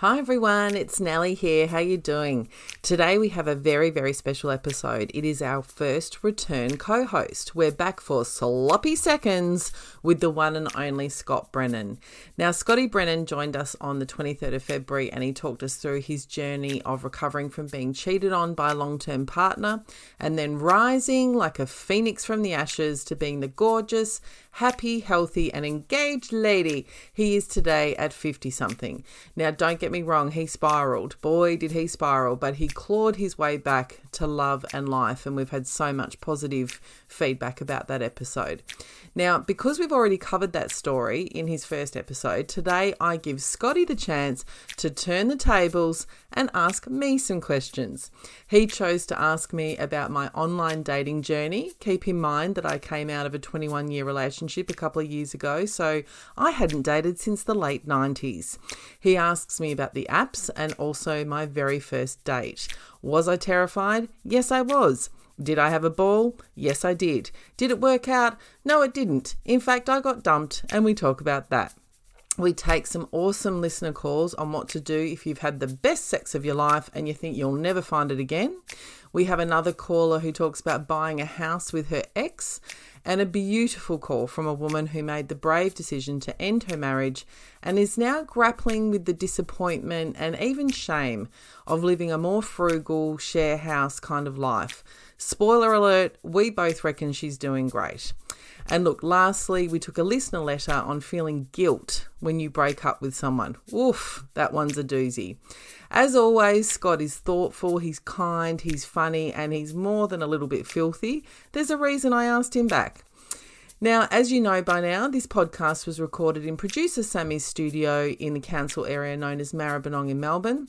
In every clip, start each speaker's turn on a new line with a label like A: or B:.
A: Hi everyone, it's Nellie here. How you doing? Today we have a very very special episode. It is our first return co-host. We're back for sloppy seconds with the one and only Scott Brennan. Now Scotty Brennan joined us on the 23rd of February and he talked us through his journey of recovering from being cheated on by a long-term partner and then rising like a phoenix from the ashes to being the gorgeous, happy, healthy and engaged lady he is today at 50 something. Now don't don't get me wrong, he spiraled. Boy, did he spiral, but he clawed his way back to love and life. And we've had so much positive feedback about that episode. Now, because we've already covered that story in his first episode, today I give Scotty the chance to turn the tables and ask me some questions. He chose to ask me about my online dating journey. Keep in mind that I came out of a 21 year relationship a couple of years ago, so I hadn't dated since the late 90s. He asks me about the apps and also my very first date. Was I terrified? Yes, I was. Did I have a ball? Yes, I did. Did it work out? No, it didn't. In fact, I got dumped, and we talk about that. We take some awesome listener calls on what to do if you've had the best sex of your life and you think you'll never find it again. We have another caller who talks about buying a house with her ex and a beautiful call from a woman who made the brave decision to end her marriage and is now grappling with the disappointment and even shame of living a more frugal share house kind of life. Spoiler alert, we both reckon she's doing great. And look, lastly, we took a listener letter on feeling guilt when you break up with someone. Woof, that one's a doozy. As always, Scott is thoughtful, he's kind, he's funny, and he's more than a little bit filthy. There's a reason I asked him back. Now, as you know by now, this podcast was recorded in producer Sammy's studio in the council area known as Maribyrnong in Melbourne.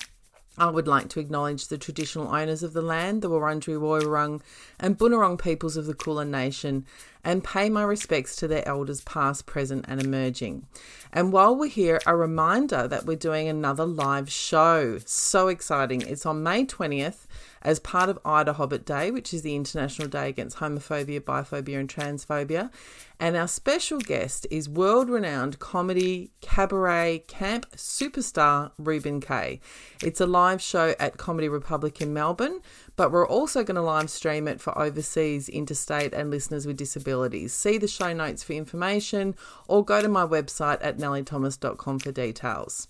A: I would like to acknowledge the traditional owners of the land, the Wurundjeri Woiwurrung and Bunurong peoples of the Kulin Nation, and pay my respects to their elders past, present, and emerging. And while we're here, a reminder that we're doing another live show. So exciting! It's on May 20th as part of Ida Hobbit Day, which is the International Day Against Homophobia, Biphobia, and Transphobia. And our special guest is world renowned comedy cabaret camp superstar Ruben Kay. It's a live show at Comedy Republic in Melbourne, but we're also going to live stream it for overseas, interstate, and listeners with disabilities. See the show notes for information or go to my website at nellythomas.com for details.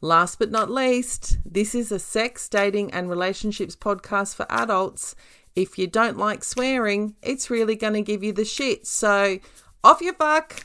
A: Last but not least, this is a sex, dating, and relationships podcast for adults. If you don't like swearing, it's really going to give you the shit. So, off your buck.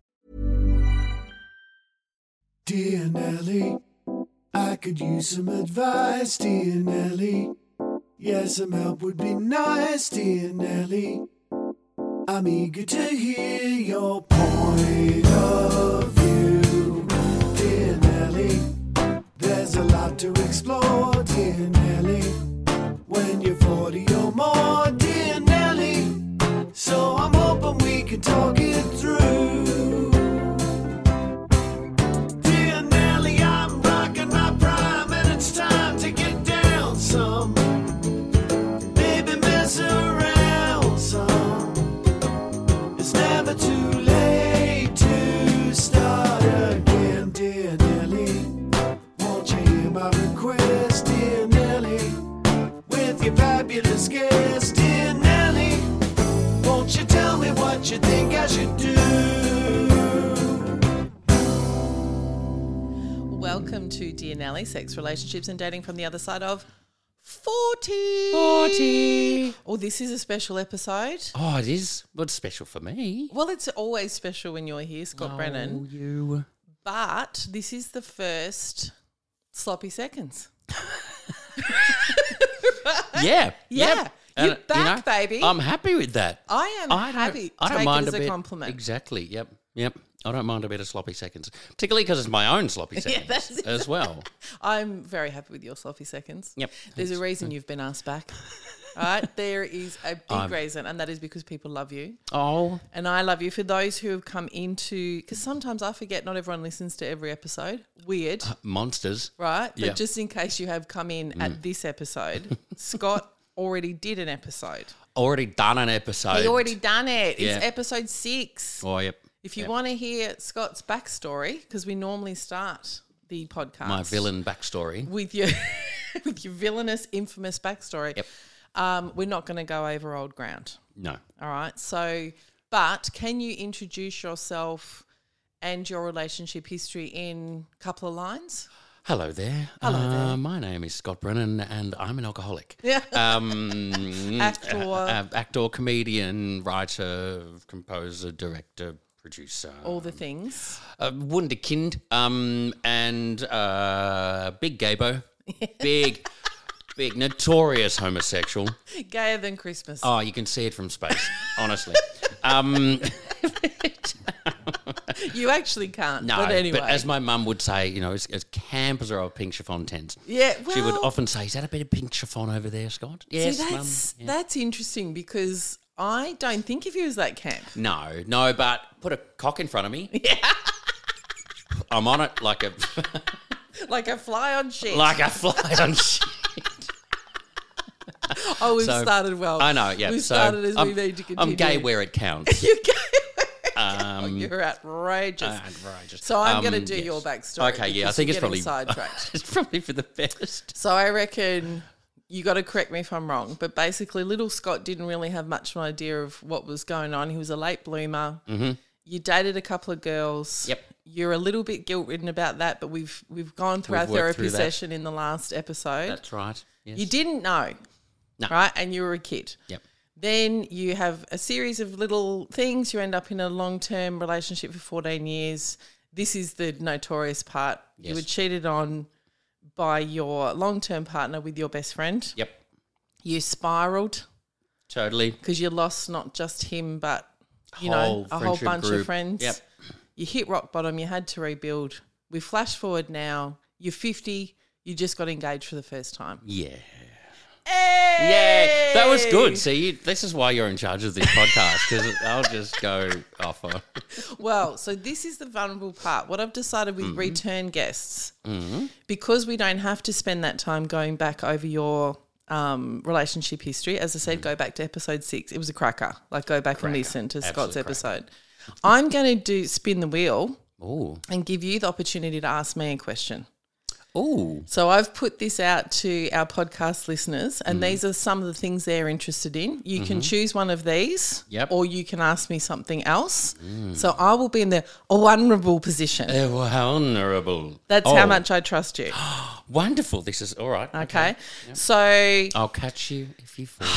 B: Dear Nelly, I could use some advice, dear Nelly. Yeah, some help would be nice, dear Nelly. I'm eager to hear your point of view, dear Nelly. There's a lot to explore, dear Nelly. When you're 40 or more, dear Nelly. So I'm hoping we can talk it through. Dear Nelly, I'm rocking my prime and it's time to get down some. Maybe mess around some. It's never too late to start again, dear Nelly. Won't you hear my request, dear Nelly? With your fabulous guest, dear Nelly. Won't you tell me what you think I should do?
A: Welcome to Dear Nelly, Sex, Relationships, and Dating from the Other Side of 40. 40. Oh, this is a special episode.
C: Oh, it is. What's special for me?
A: Well, it's always special when you're here, Scott Brennan.
C: Oh, you.
A: But this is the first sloppy seconds.
C: Yeah.
A: Yeah.
C: yep.
D: And,
A: You're back, baby.
D: I'm happy with that.
A: I am
D: don't-
A: happy.
D: I don't
A: Take it
D: mind
A: as a
D: bit-
A: compliment.
D: Exactly. Yep. Yep. I don't mind a bit of sloppy seconds, particularly because it's my own sloppy seconds
A: that's
D: as well.
A: I'm very happy with your sloppy seconds.
D: Yep,
A: There's
D: thanks.
A: a reason you've been asked back. All right. There is a big
D: I'm-
A: reason, and that is because people love you.
D: Oh,
A: And I love you. For those who have come into, because sometimes I forget not everyone listens to every episode. Weird,
D: monsters.
A: right? But
D: Uh, yeah. Mm.
A: just in case you have come in at this episode, Scott already did an episode.
D: Already done an episode.
A: He already done it.
D: Yeah.
A: It's episode six.
D: Oh, yep.
A: If you
D: Yep.
A: want to hear Scott's backstory, because we normally start the podcast
D: my villain backstory.
A: with your with your villainous, infamous backstory,
D: Yep.
A: um, we're not going to go over old ground.
D: No.
A: All right. So, but can you introduce yourself and your relationship history in a couple of lines?
D: Hello there. Hello there. My name is Scott Brennan, and I'm an alcoholic.
A: Yeah.
D: Um,
A: Actor.
D: uh, actor, comedian, writer, composer, director, producer.
A: All the things.
D: uh, wunderkind um, and uh, big gaybo, big, big notorious homosexual.
A: Gayer than Christmas.
D: Oh, you can see it from space, honestly. Um,
A: You actually can't.
D: no,
A: but anyway.
D: as my mum would say, you know, as, as camp as our old pink chiffon tent.
A: yeah.
D: she would
A: well,
D: often say, "Is that a bit of pink chiffon over there, Scott?"
A: See,
D: Yes, mum.
A: that's that's interesting because I don't think of you as that camp.
D: No, no, but put a cock in front of me. Yeah. I'm on it like a
A: Like a fly on shit.
D: like a fly on shit.
A: oh, we've
D: so-
A: started well.
D: I know, yeah.
A: We've
D: so
A: started as
D: I'm,
A: we need to
D: I'm
A: continue.
D: gay where it counts.
A: You're gay. You're outrageous.
D: outrageous.
A: So I'm going to
D: Um,
A: do
D: yes.
A: your backstory.
D: Okay, yeah, I
A: because
D: think
A: you're
D: it's probably
A: getting sidetracked.
D: it's probably for the best.
A: So I reckon you got to correct me if I'm wrong, but basically, little Scott didn't really have much of an idea of what was going on. He was a late bloomer. You dated a couple of girls.
D: Mm-hmm. Yep.
A: You're a little bit guilt ridden about that, but we've we've gone through
D: We've
A: our
D: worked
A: therapy
D: through that.
A: session in the last episode.
D: That's right. Yes.
A: You didn't know,
D: No.
A: right? And you were a kid.
D: Yep.
A: Then you have a series of little things. You end up in a long term relationship for 14 years. This is the notorious part. You
D: Yes.
A: were cheated on by your long term partner with your best friend.
D: Yep.
A: You spiraled
D: Totally.
A: because you lost not just him, but you
D: Whole
A: know, a whole
D: friendship
A: bunch of
D: group.
A: friends.
D: Yep.
A: You hit rock bottom. You had to rebuild. We flash forward now. You're 50. You just got engaged for the first time.
D: Yeah.
A: Hey!
D: Yeah. That was good. See, you, this is why you're in charge of this podcast because I'll just go off. On.
A: Well, so this is the vulnerable part. What I've decided with return guests, because we don't have to spend that time going back over your um, relationship history, as I said, go back to episode six. It was a cracker. Like, go back and listen to Scott's episode. I'm going to do spin the wheel
D: Oh.
A: and give you the opportunity to ask me a question.
D: Oh.
A: So I've put this out to our podcast listeners, and
D: Mm-hmm.
A: these are some of the things they're interested in. You can choose one of these,
D: Yep. Mm.
A: or you can ask me something else. So I will be in the vulnerable position.
D: Uh, well, how honourable.
A: That's
D: Oh,
A: how much I trust you.
D: Wonderful. This is all right.
A: Okay. So
D: I'll catch you if you fall.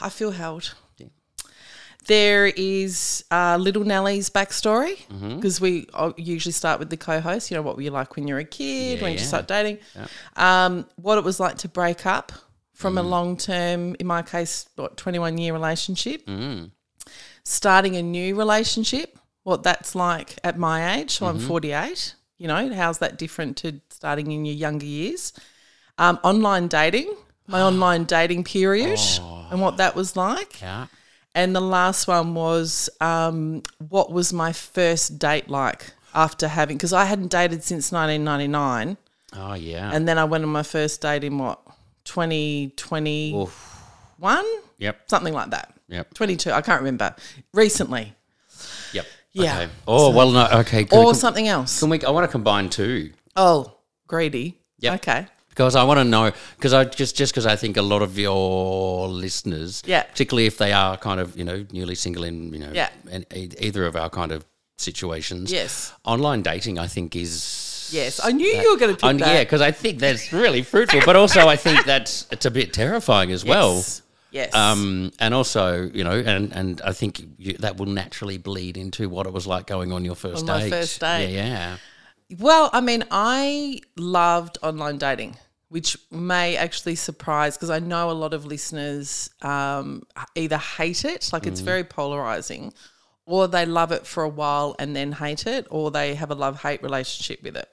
A: I feel held. There is uh, Little Nellie's backstory
D: Mm-hmm.
A: because we uh, usually start with the co-host. You know what were you like when you were a kid? when did you
D: yeah.
A: start dating? Um, what it was like to break up from a
D: Mm.
A: long-term, in my case, what twenty-one-year relationship.
D: Mm.
A: Starting a new relationship. What that's like at my age. So
D: Mm-hmm.
A: I'm forty-eight. You know how's that different to starting in your younger years? Um, online dating. My online dating period and what that was like.
D: Oh. Yeah.
A: And the last one was um, what was my first date like after having, because I hadn't dated since 1999.
D: Oh yeah.
A: And then I went on my first date in what, 2021?
D: yep.
A: Something like that.
D: Yep.
A: 22, I can't remember. Recently.
D: Yep.
A: Yeah.
D: Okay. Oh well. No. Okay. Can we-
A: Or
D: can-
A: something else.
D: Can we? I want to combine two.
A: oh, greedy.
D: Yep.
A: Okay.
D: because I want to know because I just just because I think a lot of your listeners,
A: Yeah.
D: particularly if they are kind of you know newly single in you know
A: Yeah.
D: and e- either of our kind of situations,
A: Yes.
D: online dating I think is
A: Yes. I knew you were going to pick
D: and
A: that.
D: yeah because I think that's really fruitful, but also I think that's it's a bit terrifying as well.
A: Yes. Yes.
D: Um, and also, you know, and, and I think you, that will naturally bleed into what it was like going on your first
A: On my
D: date.
A: first date.
D: Yeah, yeah.
A: Well, I mean, I loved online dating, which may actually surprise because I know a lot of listeners um, either hate it, like
D: Mm.
A: it's very polarizing, or they love it for a while and then hate it, or they have a love hate relationship with it.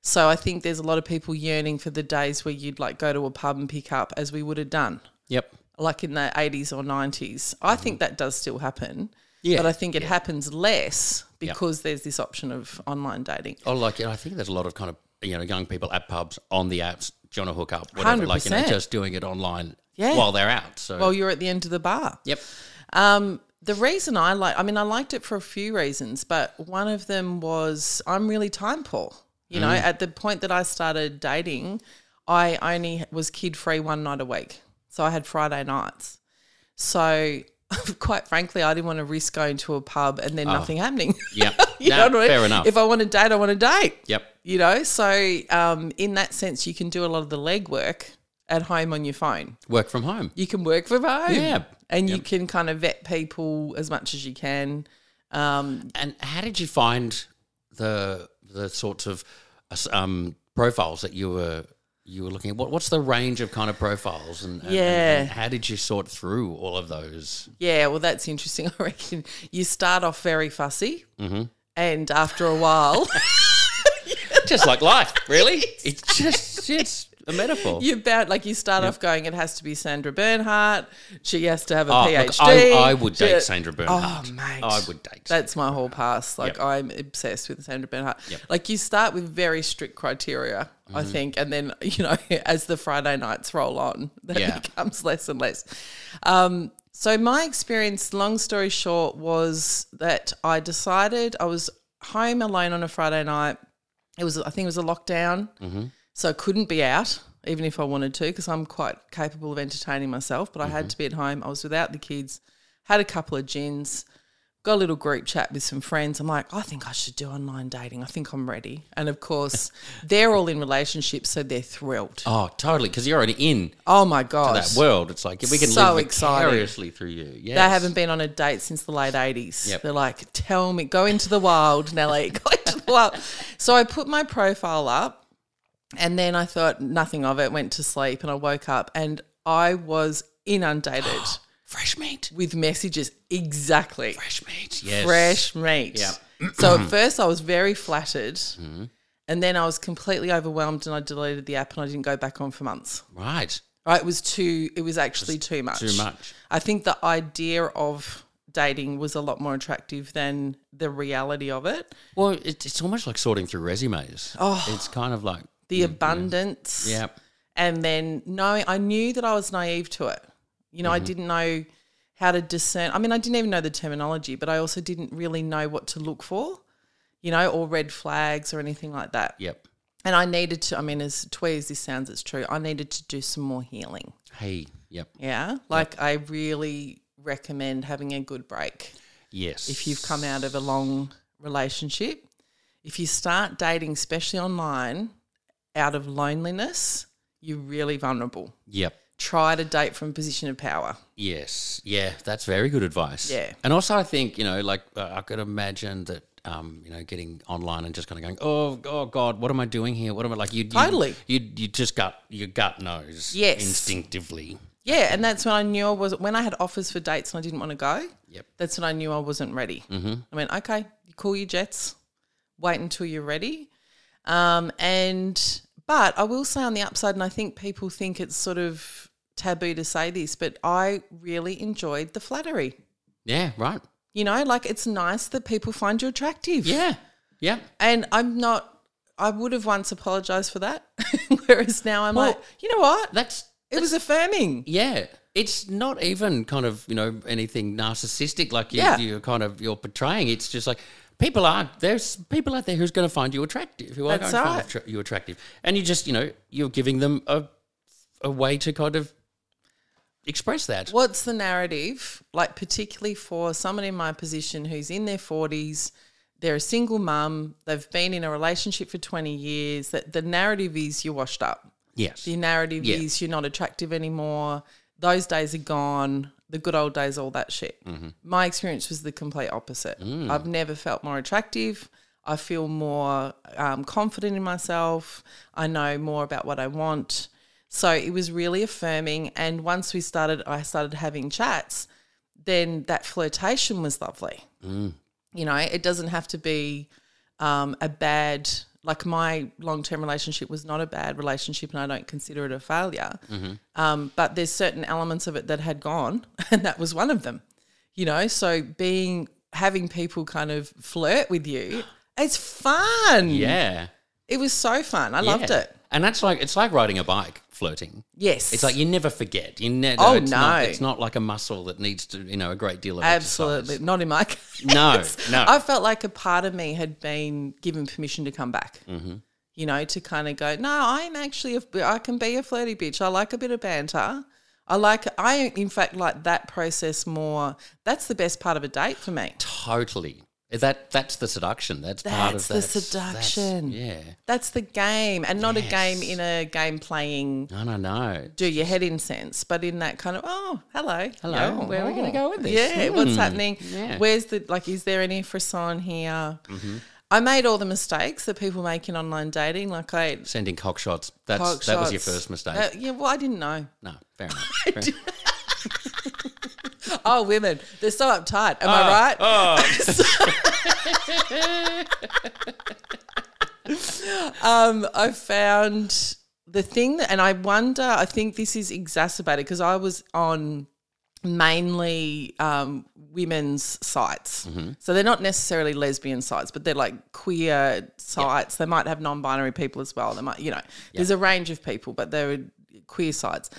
A: So I think there's a lot of people yearning for the days where you'd like go to a pub and pick up as we would have done
D: Yep.
A: like in the 80s or 90s. I think that does still happen.
D: Mm-hmm. Yeah,
A: But I think it happens less because there's this option of online dating.
D: Oh, like you know, I think there's a lot of kind of you know young people at pubs on the apps, trying to hook up, whatever, like you know,
A: 100%.
D: just doing it online
A: Yeah.
D: while they're out. So
A: While Oh, you're at the end of the bar.
D: yep,
A: Um, the reason I like, I mean, I liked it for a few reasons, but one of them was I'm really time poor. You know,
D: Mm.
A: at the point that I started dating, I only was kid free one night a week. So I had Friday nights. So quite frankly, I didn't want to risk going to a pub and then nothing happening.
D: yep.
A: you
D: Oh. Nah,
A: know what I mean?
D: fair enough.
A: If I want to date, I want to date.
D: yep,
A: you know so um, in that sense you can do a lot of the legwork at home on your phone
D: work from home.
A: you can work from home
D: Yeah.
A: and you can kind of vet people as much as you can um,
D: And how did you find the the sorts of um, profiles that you were you were looking at? What, what's the range of kind of profiles, and, and- and-
A: Yeah.
D: and how did you sort through all of those?
A: yeah well that's interesting i reckon you start off very fussy
D: Mm-hmm.
A: and after a while
D: just like life, really. It's just it's a metaphor.
A: you about like you start off going it has to be sandra bernhardt she has to have a
D: Oh,
A: phd
D: look, I, I would
A: She-
D: date Sandra Bernhardt.
A: Oh, mate.
D: I would date.
A: That's my whole past. Like
D: Yep.
A: I'm obsessed with Sandra Bernhardt. Like you start with very strict criteria, I
D: Mm-hmm.
A: think, and then you know as the Friday nights roll on, that
D: Yeah.
A: becomes less and less. Um, so my experience, long story short, was that I decided I was home alone on a Friday night. It was I think it was a lockdown, so I couldn't be out. Even if I wanted to, because I'm quite capable of entertaining myself, but I had to be at home. I was without the kids, had a couple of gins, got a little group chat with some friends. I'm like, I think I should do online dating. I think I'm ready. And of course, they're all in relationships, so they're thrilled. Oh,
D: Oh, totally. Because you're already in
A: my god,
D: that world. It's like we can
A: So
D: live
A: exciting.
D: vicariously through you. Yes.
A: They haven't been on a date since the late 80s.
D: Yep.
A: They're like, tell me, go into the wild, Nelly, go into the wild. So I put my profile up and then I thought nothing of it, went to sleep and I woke up and I was inundated
D: fresh meat.
A: with messages. Exactly.
D: Fresh meat. Yes.
A: fresh meat. so at first I was very flattered,
D: Mm-hmm.
A: and then I was completely overwhelmed, and I deleted the app, and I didn't go back on for months.
D: Right.
A: Right? It was too. It was actually too much.
D: Too much.
A: I think the idea of dating was a lot more attractive than the reality of it.
D: Well, it, it's almost like sorting through resumes. Oh. It's kind of like
A: The abundance.
D: yeah.
A: and then knowing I knew that I was naive to it. You know, I didn't know how to discern. I mean, I didn't even know the terminology, but I also didn't really know what to look for, you know, or red flags or anything like that.
D: Yep.
A: And I needed to, I mean, as twee as this sounds, it's true. I needed to do some more healing.
D: Hey. Yep.
A: Yeah. Like, I really recommend having a good break
D: Yes.
A: if you've come out of a long relationship. If you start dating, especially online, out of loneliness, you're really vulnerable
D: Yep.
A: try to date from a position of power.
D: Yes. Yeah, that's very good advice.
A: Yeah.
D: And also, I think, you know, like uh, I could imagine that, um, you know, getting online and just kind of going, oh, oh God, what am I doing here? What am I like? You
A: Totally.
D: You you just gut your gut knows.
A: Yes.
D: Instinctively.
A: Yeah, and that's when I knew I was when I had offers for dates and I didn't want to go.
D: Yep.
A: That's when I knew I wasn't ready. Mm-hmm. I went, okay, you call your jets, wait until you're ready. Um, and but I will say on the upside, and I think people think it's sort of taboo to say this, but I really enjoyed the flattery.
D: Yeah. Right.
A: You know, like it's nice that people find you attractive.
D: Yeah. Yeah.
A: And I'm not I would have once apologized for that. Whereas now I'm
D: Well,
A: like, you know what?
D: That's
A: it was affirming.
D: yeah. It's not even kind of you know anything narcissistic like you,
A: Yeah.
D: you're kind of you're portraying. It's just like people are there's people out there who's going to find you attractive who are
A: That's
D: going to
A: right.
D: find attra- you attractive, and you just you know you're giving them a a way to kind of express that.
A: What's the narrative, like, particularly for someone in my position who's in their 40s? They're a single mum, they've been in a relationship for 20 years. That the narrative is you're washed up,
D: Yes.
A: the narrative
D: Yeah.
A: is you're not attractive anymore, those days are gone, the good old
D: Mm-hmm. Mm.
A: days, all that shit. My experience was the complete opposite. I've never felt more attractive. I feel more um, confident in myself. I know more about what I want. So it was really affirming. And once we started, I started having chats, then that flirtation was lovely.
D: Mm.
A: You know, it doesn't have to be um, a bad, like my long term relationship was not a bad relationship and I don't consider it a failure.
D: Mm-hmm.
A: Um, but there's certain elements of it that had gone, and that was one of them. You know, so being having people kind of flirt with you, it's fun.
D: Yeah.
A: It was so fun. I loved
D: Yeah.
A: it.
D: And that's like it's like riding a bike, flirting.
A: Yes.
D: It's like you never forget. You never.
A: Oh,
D: it's Not,
A: no.
D: it's not like a muscle that needs to, you know, a great deal of
A: Absolutely.
D: exercise.
A: Not in my case.
D: No, no.
A: I felt like a part of me had been given permission to come back. Mm-hmm. You know, to kind of go, no, I'm actually, a, I can be a flirty bitch. I like a bit of banter. I like, I in fact like that process more. That's the best part of a date for me.
D: Totally. That that's the seduction. That's, part of
A: That's the
D: that's-
A: seduction.
D: yeah.
A: That's the game and not a game in a game playing
D: No, no, no.
A: do your head in sense, but in that kind of, oh, hello.
D: Hello,
A: Oh,
D: where are we gonna
A: oh.
D: go with this?
A: Yeah, what's
D: Hmm.
A: happening?
D: Yeah. Mm-hmm.
A: Where's the, like, is there any frisson here? I made all the mistakes that people make in online dating. Like, I,
D: Sending cock shots. That's
A: cock
D: that was your
A: shots.
D: first mistake.
A: Uh, yeah, well, I didn't know.
D: no, fair enough. Fair enough.
A: Oh, women, they're so uptight. Am I right? um, I found the thing that, and I wonder, I think this is exacerbated because I was on mainly um, women's sites. So they're not necessarily lesbian sites, but they're like queer sites. They might have non binary people as well. They might, you know, there's a range of people, but they're queer sites.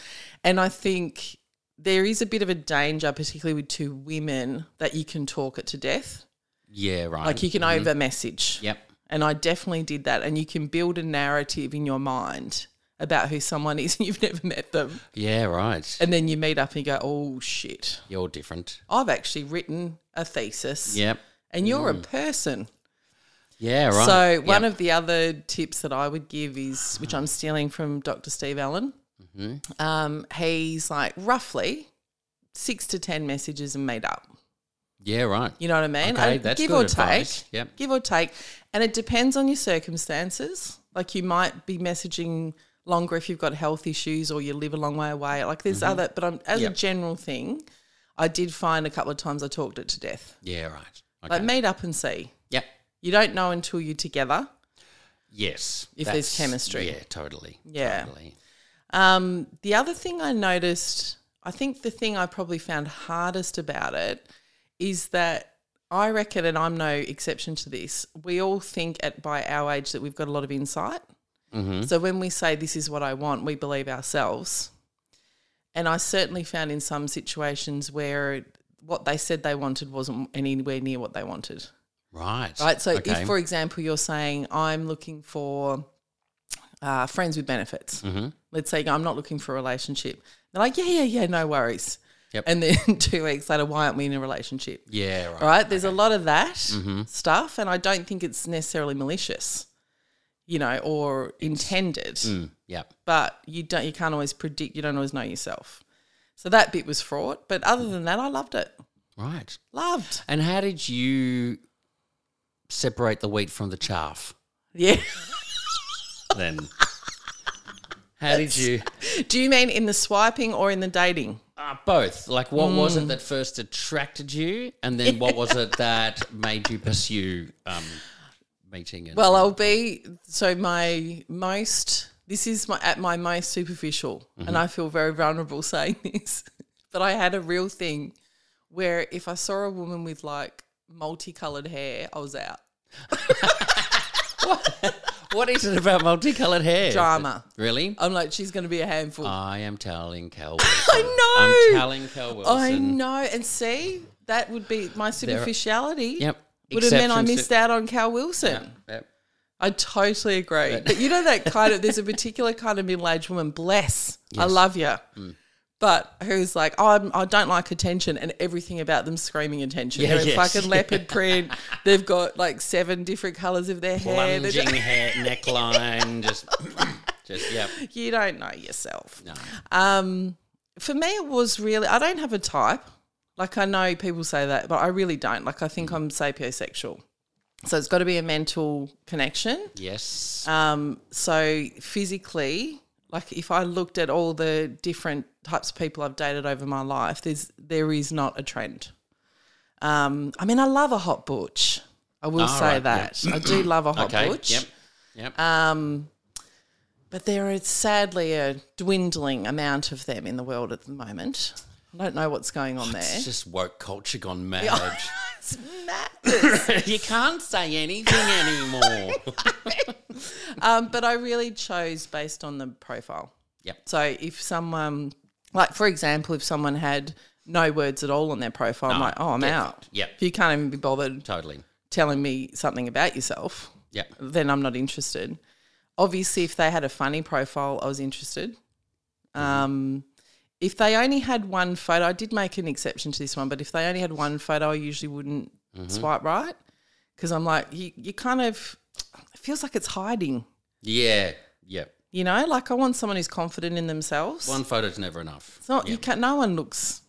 A: And I think there is a bit of a danger, particularly with two women, that you can talk it to death.
D: Yeah, right.
A: Like you can over message.
D: Mm-hmm. Yep.
A: And I definitely did that. And you can build a narrative in your mind about who someone is and you've never met them.
D: Yeah, right.
A: And then you meet up and you go, oh shit,
D: You're different.
A: I've actually written a thesis.
D: Yep.
A: And you're a person.
D: Yeah, Mm. right.
A: So,
D: Yep.
A: one of the other tips that I would give is, which I'm stealing from Dr. Steve Allen,
D: Mm-hmm.
A: um, he's like roughly six to 10 messages and meet up.
D: Yeah, right.
A: You know what I mean?
D: Okay,
A: I-
D: that's
A: give
D: good
A: or
D: advice.
A: take.
D: Yep.
A: Give or take. And it depends on your circumstances. Like you might be messaging longer if you've got health issues or you live a long way away. Like there's other, but I'm, as a
D: Mm-hmm. Yep.
A: general thing, I did find a couple of times I talked it to death.
D: Yeah, right. Okay.
A: Like meet up and see.
D: Yep.
A: You don't know until you're together.
D: Yes.
A: If there's
D: That's-
A: chemistry.
D: Yeah, totally.
A: Yeah.
D: Totally.
A: Um, the other thing I noticed, I think the thing I probably found hardest about it is that I reckon, and I'm no exception to this, we all think at by our age that we've got a lot of insight. So when we say this is what I want, we believe ourselves. And I certainly found in some situations where what they said they wanted wasn't anywhere near what they wanted.
D: Right.
A: Right. So
D: Okay.
A: if, for example, you're saying I'm looking for uh, friends with benefits,
D: Mm-hmm.
A: let's say I'm not looking for a relationship. They're like, yeah, yeah, yeah, no worries.
D: Yep.
A: And then two weeks later, why aren't we in a relationship?
D: Yeah, right. Mm-hmm.
A: All right. There's a lot of that stuff, and I don't think it's necessarily malicious, you know, or intended.
D: Mm, yep.
A: But you don't. You can't always predict. You don't always know yourself. So that bit was fraught. But other than that, I loved it.
D: Right.
A: Loved.
D: And how did you separate the wheat from the chaff
A: Yeah.
D: then? how did you
A: Do you mean in the swiping or in the dating?
D: uh, both? Like what was it that first attracted you and then what was it that made you pursue um meeting and
A: Well, I'll be so my most. This is my at my most superficial,
D: Mm-hmm.
A: and I feel very vulnerable saying this. But I had a real thing where if I saw a woman with like multicolored hair, I was out.
D: what is it about multicolored hair?
A: Drama. Oh.
D: Really?
A: I'm like, she's going to be a handful.
D: I am telling Cal Wilson.
A: I know.
D: Ah, I'm telling Cal Wilson.
A: I know, and see, that would be my superficiality.
D: Yep.
A: would have meant I
D: Exceptions to-
A: missed out on Cal Wilson.
D: Yep.
A: I totally agree. But you know that kind of there's a particular kind of middle aged woman. Bless, I love you,
D: Mm.
A: but who's like, oh, I'm, I don't like attention, and everything about them screaming attention.
D: Yeah,
A: They're in
D: yes.
A: fucking leopard print. They've got like seven different colors of their hair. They
D: Plunging
A: don't-
D: hair, neckline, just, just yep.
A: you don't know yourself. Um, for me, it was really I don't have a
D: Mm.
A: type. Like I know people say that, but I really don't. Like I think I'm sapiosexual. So it's got to be a mental connection.
D: Yes.
A: Um, so physically, like if I looked at all the different types of people I've dated over my life, there's there is not a trend. Um, I mean, I love a hot butch. I will
D: Ah,
A: say
D: right, yeah.
A: that I do love a hot
D: okay.
A: butch.
D: Yep. Yep.
A: Um, but there is sadly a dwindling amount of them in the world at the moment. I don't know what's going on there.
D: it's just woke culture gone mad.
A: It's madness.
D: you can't say anything anymore.
A: um, but I really chose based on the profile.
D: yep.
A: So if someone, like for example, if someone had no words at all on their profile, I'm like, oh, I'm
D: get
A: out.
D: fucked. Ah, Yep.
A: If you can't even be bothered
D: Totally.
A: telling me something about yourself,
D: Yep.
A: then I'm not interested. Obviously, if they had a funny profile, I was interested.
D: Mm-hmm.
A: Um, if they only had one photo, I did make an exception to this one, but if they only had one photo, I usually wouldn't
D: Mm-hmm.
A: swipe right because I'm like, you, you kind of, it feels like it's hiding,
D: Yeah. Yep.
A: you know? Like, I want someone who's confident in themselves.
D: One photo's never enough.
A: It's not you can no one looks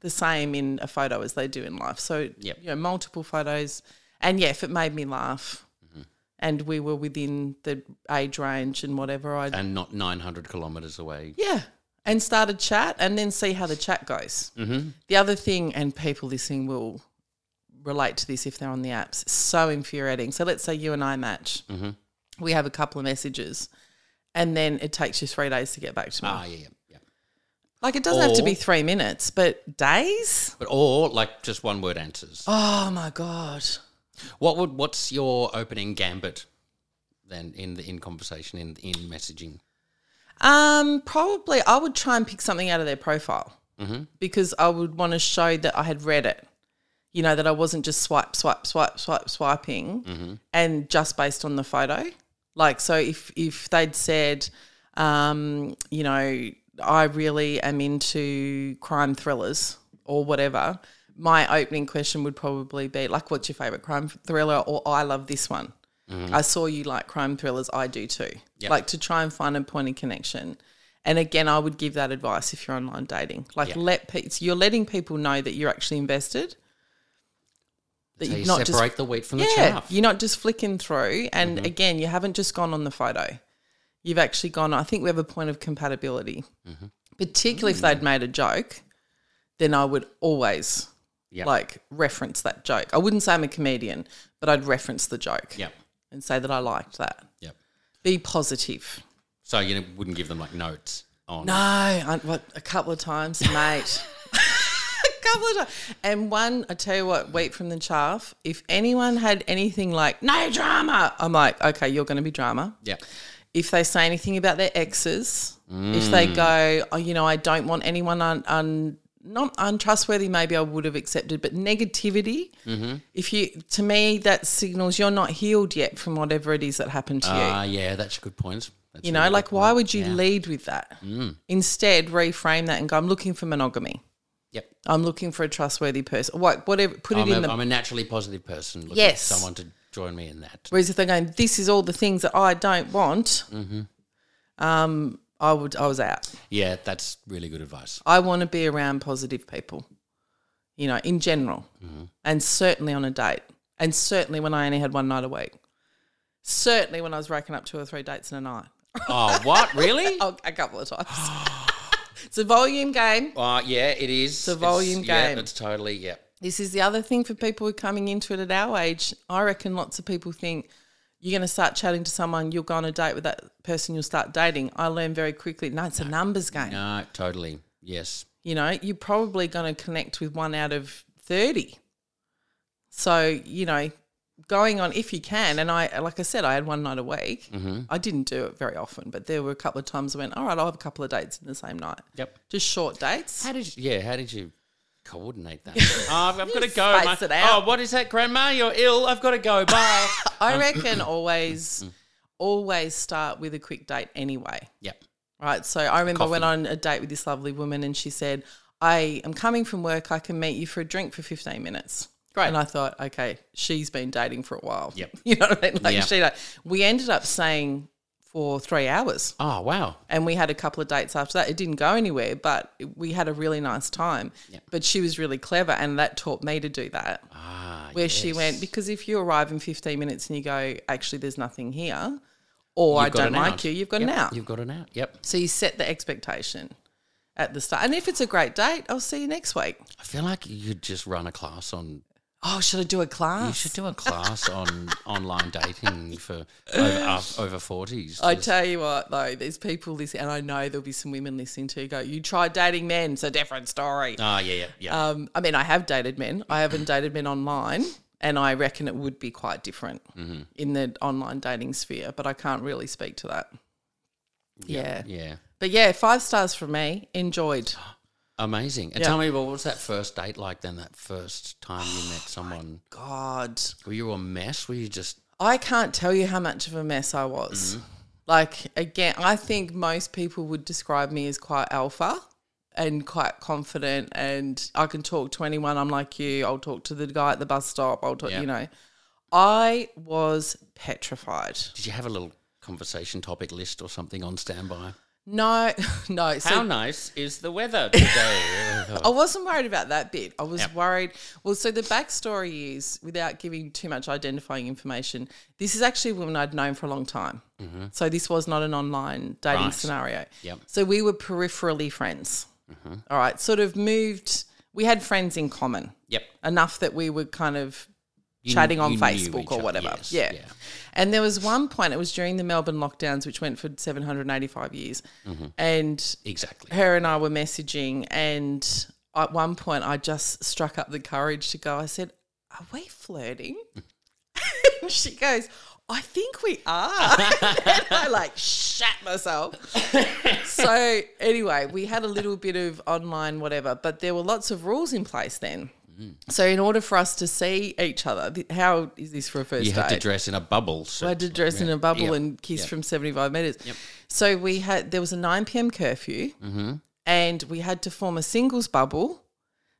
A: the same in a photo as they do in life. So
D: Yep.
A: you know, multiple photos. And yeah, if it made me laugh
D: Mm-hmm.
A: and we were within the age range and whatever I
D: And not 900 kilometers away.
A: Yeah. And start a chat and then see how the chat goes. Mm-hmm. The other thing, and people listening will relate to this if they're on the apps, it's so infuriating. So let's say you and I match. Mm-hmm. We have a couple of messages and then it takes you three days to get back to me.
D: Ah, yeah, yeah, yeah.
A: Like it doesn't have to be
D: Or-
A: three minutes, but days?
D: But or like just one word answers.
A: Oh my God.
D: What would what's your opening gambit then in the in conversation in in messaging?
A: Um, probably I would try and pick something out of their profile because I would want to show that I had read it. You know, that I wasn't just swipe, swipe, swipe, swipe, swiping and just based on the photo. Like, so if, if they'd said, um, you know, I really am into crime thrillers or whatever, my opening question would probably be like, what's your favorite crime thriller? Or I love this one.
D: Mm-hmm.
A: I saw you like crime thrillers. I do too. Like to try and find a point of connection. And again, I would give that advice if you're online dating. Like let pe- so you're letting people know that you're actually invested. That
D: So you
A: you're not just
D: separate the wheat from Mm-hmm. the
A: yeah,
D: chaff.
A: you're not just flicking through. And again, you haven't just gone on the photo. You've actually gone. I think we have a point of compatibility,
D: Mm-hmm.
A: particularly if
D: Mm.
A: they'd made a joke. Then I would always
D: Yep.
A: like reference that joke. I wouldn't say I'm a comedian, but I'd reference the joke
D: Yep.
A: and say that I liked that.
D: Yep.
A: Be positive.
D: So you wouldn't give them like notes on
A: No, I, what a couple of times, mate. a couple of times, and one I tell you what, wheat from the chaff. If anyone had anything like no drama, I'm like, okay, you're going to be drama.
D: Yeah.
A: If they say anything about their exes, if they go, oh, you know, I don't want anyone un, un not untrustworthy, maybe I would have accepted, but negativity. If you, to me, that signals you're not healed yet from whatever it is that happened to you.
D: Ah, yeah, that's a good point. That's
A: You
D: a
A: know,
D: really
A: like
D: good
A: why
D: point.
A: would you lead with that?
D: Mm.
A: Instead, reframe that and go, I'm looking for monogamy.
D: Yep.
A: I'm looking for a trustworthy person. What whatever put it
D: I'm
A: in
D: a,
A: the
D: am a naturally positive person. Looking
A: Yes.
D: For someone to join me in that.
A: whereas if they're going, This is all the things that I don't want
D: Mm-hmm.
A: um, I would I was out.
D: Yeah, that's really good advice.
A: I want to be around positive people, you know, in general.
D: Mm-hmm.
A: And certainly on a date. And certainly when I only had one night a week. Certainly when I was racking up two or three dates in a night.
D: Oh, what? Really?
A: Oh, a couple of times. it's a volume game.
D: Uh, yeah, it is. It's
A: a volume game.
D: Yeah, it's totally, yeah.
A: This is the other thing for people who are coming into it at our age. I reckon lots of people think you're going to start chatting to someone, you'll go on a date with that person, you'll start dating. I learned very quickly, no, it's a numbers game.
D: No, totally. Yes.
A: You know, you're probably going to connect with one out of 30. So, you know, going on if you can. And I, like I said, I had one night a week. I didn't do it very often, but there were a couple of times I went, all right, I'll have a couple of dates in the same night.
D: Yep.
A: Just short dates.
D: How did you, yeah, how did you coordinate that? oh, I've, I've got to go.
A: Space it out.
D: Oh, what is that, Grandma? You're ill. I've got to go. Bye.
A: I reckon always,
D: Mm.
A: always start with a quick date anyway.
D: yep.
A: Right. So I remember I went on a date with this lovely woman and she said, I am coming from work. I can meet you for a drink for 15 minutes. Great. And I thought, okay, she's been dating for a while.
D: Yep.
A: You know what I mean? Like
D: Yeah.
A: she, like, we ended up saying for three hours.
D: Oh, wow.
A: and we had a couple of dates after that. It didn't go anywhere, but we had a really nice time. But she was really clever, and that taught me to do that.
D: Ah,
A: where she went because if you arrive in fifteen minutes and you go, actually, there's nothing here, or I
D: You've got
A: don't
D: an
A: like
D: out.
A: you, you've got
D: Yep,
A: an out.
D: You've got an out. Yep.
A: so you set the expectation at the start, and if it's a great date, I'll see you next week.
D: I feel like you could just run a class on.
A: Oh, should I do a class?
D: You should do a class on online dating for over af- over forties.
A: I tell you what, though, there's people listening, and I know there'll be some women listening to go, You tried dating men, it's a different story.
D: Ah, yeah, yeah, yeah.
A: Um, I mean, I have dated men. I haven't dated men online, and I reckon it would be quite different in the online dating sphere. But I can't really speak to that. Yeah. Oh,
D: yeah.
A: But yeah, five stars for me. Enjoyed.
D: Amazing. And
A: Yeah.
D: tell me, well, what was that first date like then? That first time you met someone?
A: God,
D: Were you a mess? Were you just
A: I can't tell you how much of a mess I was. Like again, I think most people would describe me as quite alpha and quite confident, and I can talk to anyone. I'm like you. I'll talk to the guy at the bus stop. I'll talk.
D: Yeah.
A: You know, I was petrified.
D: did you have a little conversation topic list or something on standby?
A: No, no. So
D: nice is the weather today?
A: I wasn't worried about that bit. I was worried. Well, so the backstory is without giving too much identifying information, this is actually a woman I'd known for a long time. So this was not an online dating
D: Mm-hmm. Right.
A: scenario.
D: Yep. Mm-hmm.
A: So we were peripherally friends. All right. Sort of moved. We had friends in common
D: yep.
A: enough that we were kind of
D: You-
A: chatting on
D: you knew each
A: Facebook or
D: other,
A: whatever.
D: yes,
A: yeah.
D: yeah.
A: And there was one point, it was during the Melbourne lockdowns, which went for 785 years.
D: Mm-hmm.
A: And
D: Exactly.
A: her and I were messaging, and at one point, I just struck up the courage to go. I said, "Are we flirting?" and she goes, "I think we are." and I like shat myself. so anyway, we had a little bit of online whatever, but there were lots of rules in place then.
D: Mm.
A: So in order for us to see each other, th- how is this for a first
D: You had to
A: date?
D: dress in a bubble. So
A: I had to dress in a bubble
D: Yeah.
A: and kiss from 75 meters. So we had, there was a 9 p.m. curfew
D: Mm-hmm.
A: and we had to form a singles bubble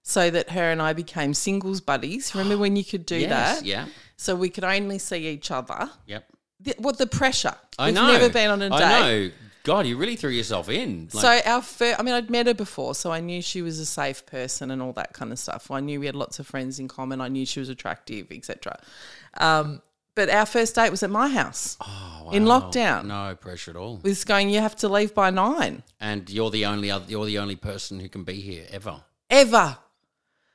A: so that her and I became singles buddies. Remember when you could do
D: Yes,
A: that?
D: Yeah.
A: So we could only see each other.
D: Yep.
A: Th- what the pressure.
D: I
A: We've
D: know.
A: never been on a date.
D: I know. God, you really threw yourself in. Like,
A: so our first, I mean, I'd met her before, so I knew she was a safe person and all that kind of stuff. I knew we had lots of friends in common. I knew she was attractive, etc. Um, but our first date was at my house
D: oh,
A: in
D: wow.
A: lockdown.
D: No pressure at all.
A: We're just going, you have to leave by nine,
D: And you're the only other, you're the only person who can be here ever.
A: ever.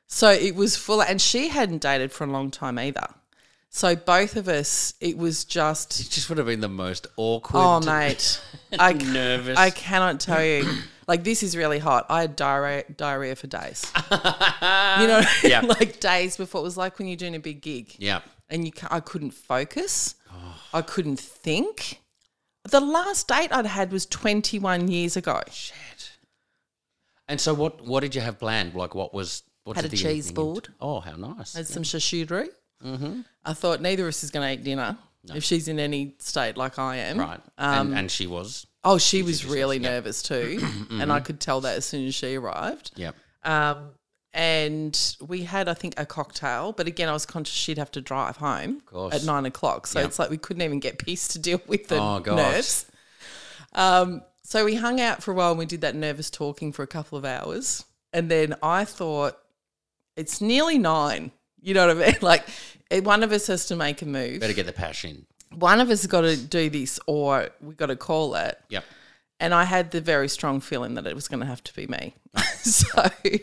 A: So it was full, and she hadn't dated for a long time either. So both of us, it was
D: It
A: just,
D: just would have been the most awkward.
A: oh mate, I c-
D: nervous.
A: I cannot tell you. Like this is really hot. I had diarrhea, diarrhea for days. you know,
D: Yeah.
A: like days before. It was like when you're doing a big gig
D: yeah. Oh.
A: and you, ca- I couldn't focus. I couldn't think. The last date I'd had was 21 years ago.
D: Shit. And so, what what did you have planned? Like, what was what
A: Had
D: did
A: a
D: the
A: cheese
D: evening
A: board.
D: int- Oh, how nice!
A: had some shashidru.
D: Mm-hmm.
A: I thought neither of us is going to eat dinner if she's in any state like I am.
D: right,
A: Um,
D: and, and she was.
A: oh, she was really nervous too, and I
D: Mm-hmm.
A: could tell that as soon as she arrived.
D: Yep.
A: Um, and we had, I think, a cocktail, but again, I was conscious she'd have to drive home
D: course.
A: at nine o'clock, so it's like we couldn't even get peace to deal with the
D: Oh, God.
A: nerves. Um, so we hung out for a while and we did that nervous talking for a couple of hours, and then I thought it's nearly nine. You know what I mean? Like eh, one of us has to make a move.
D: Better get the pash in.
A: one of us has got to do this, or we got to call it.
D: Yep.
A: And I had the very strong feeling that it was going to have to be me. so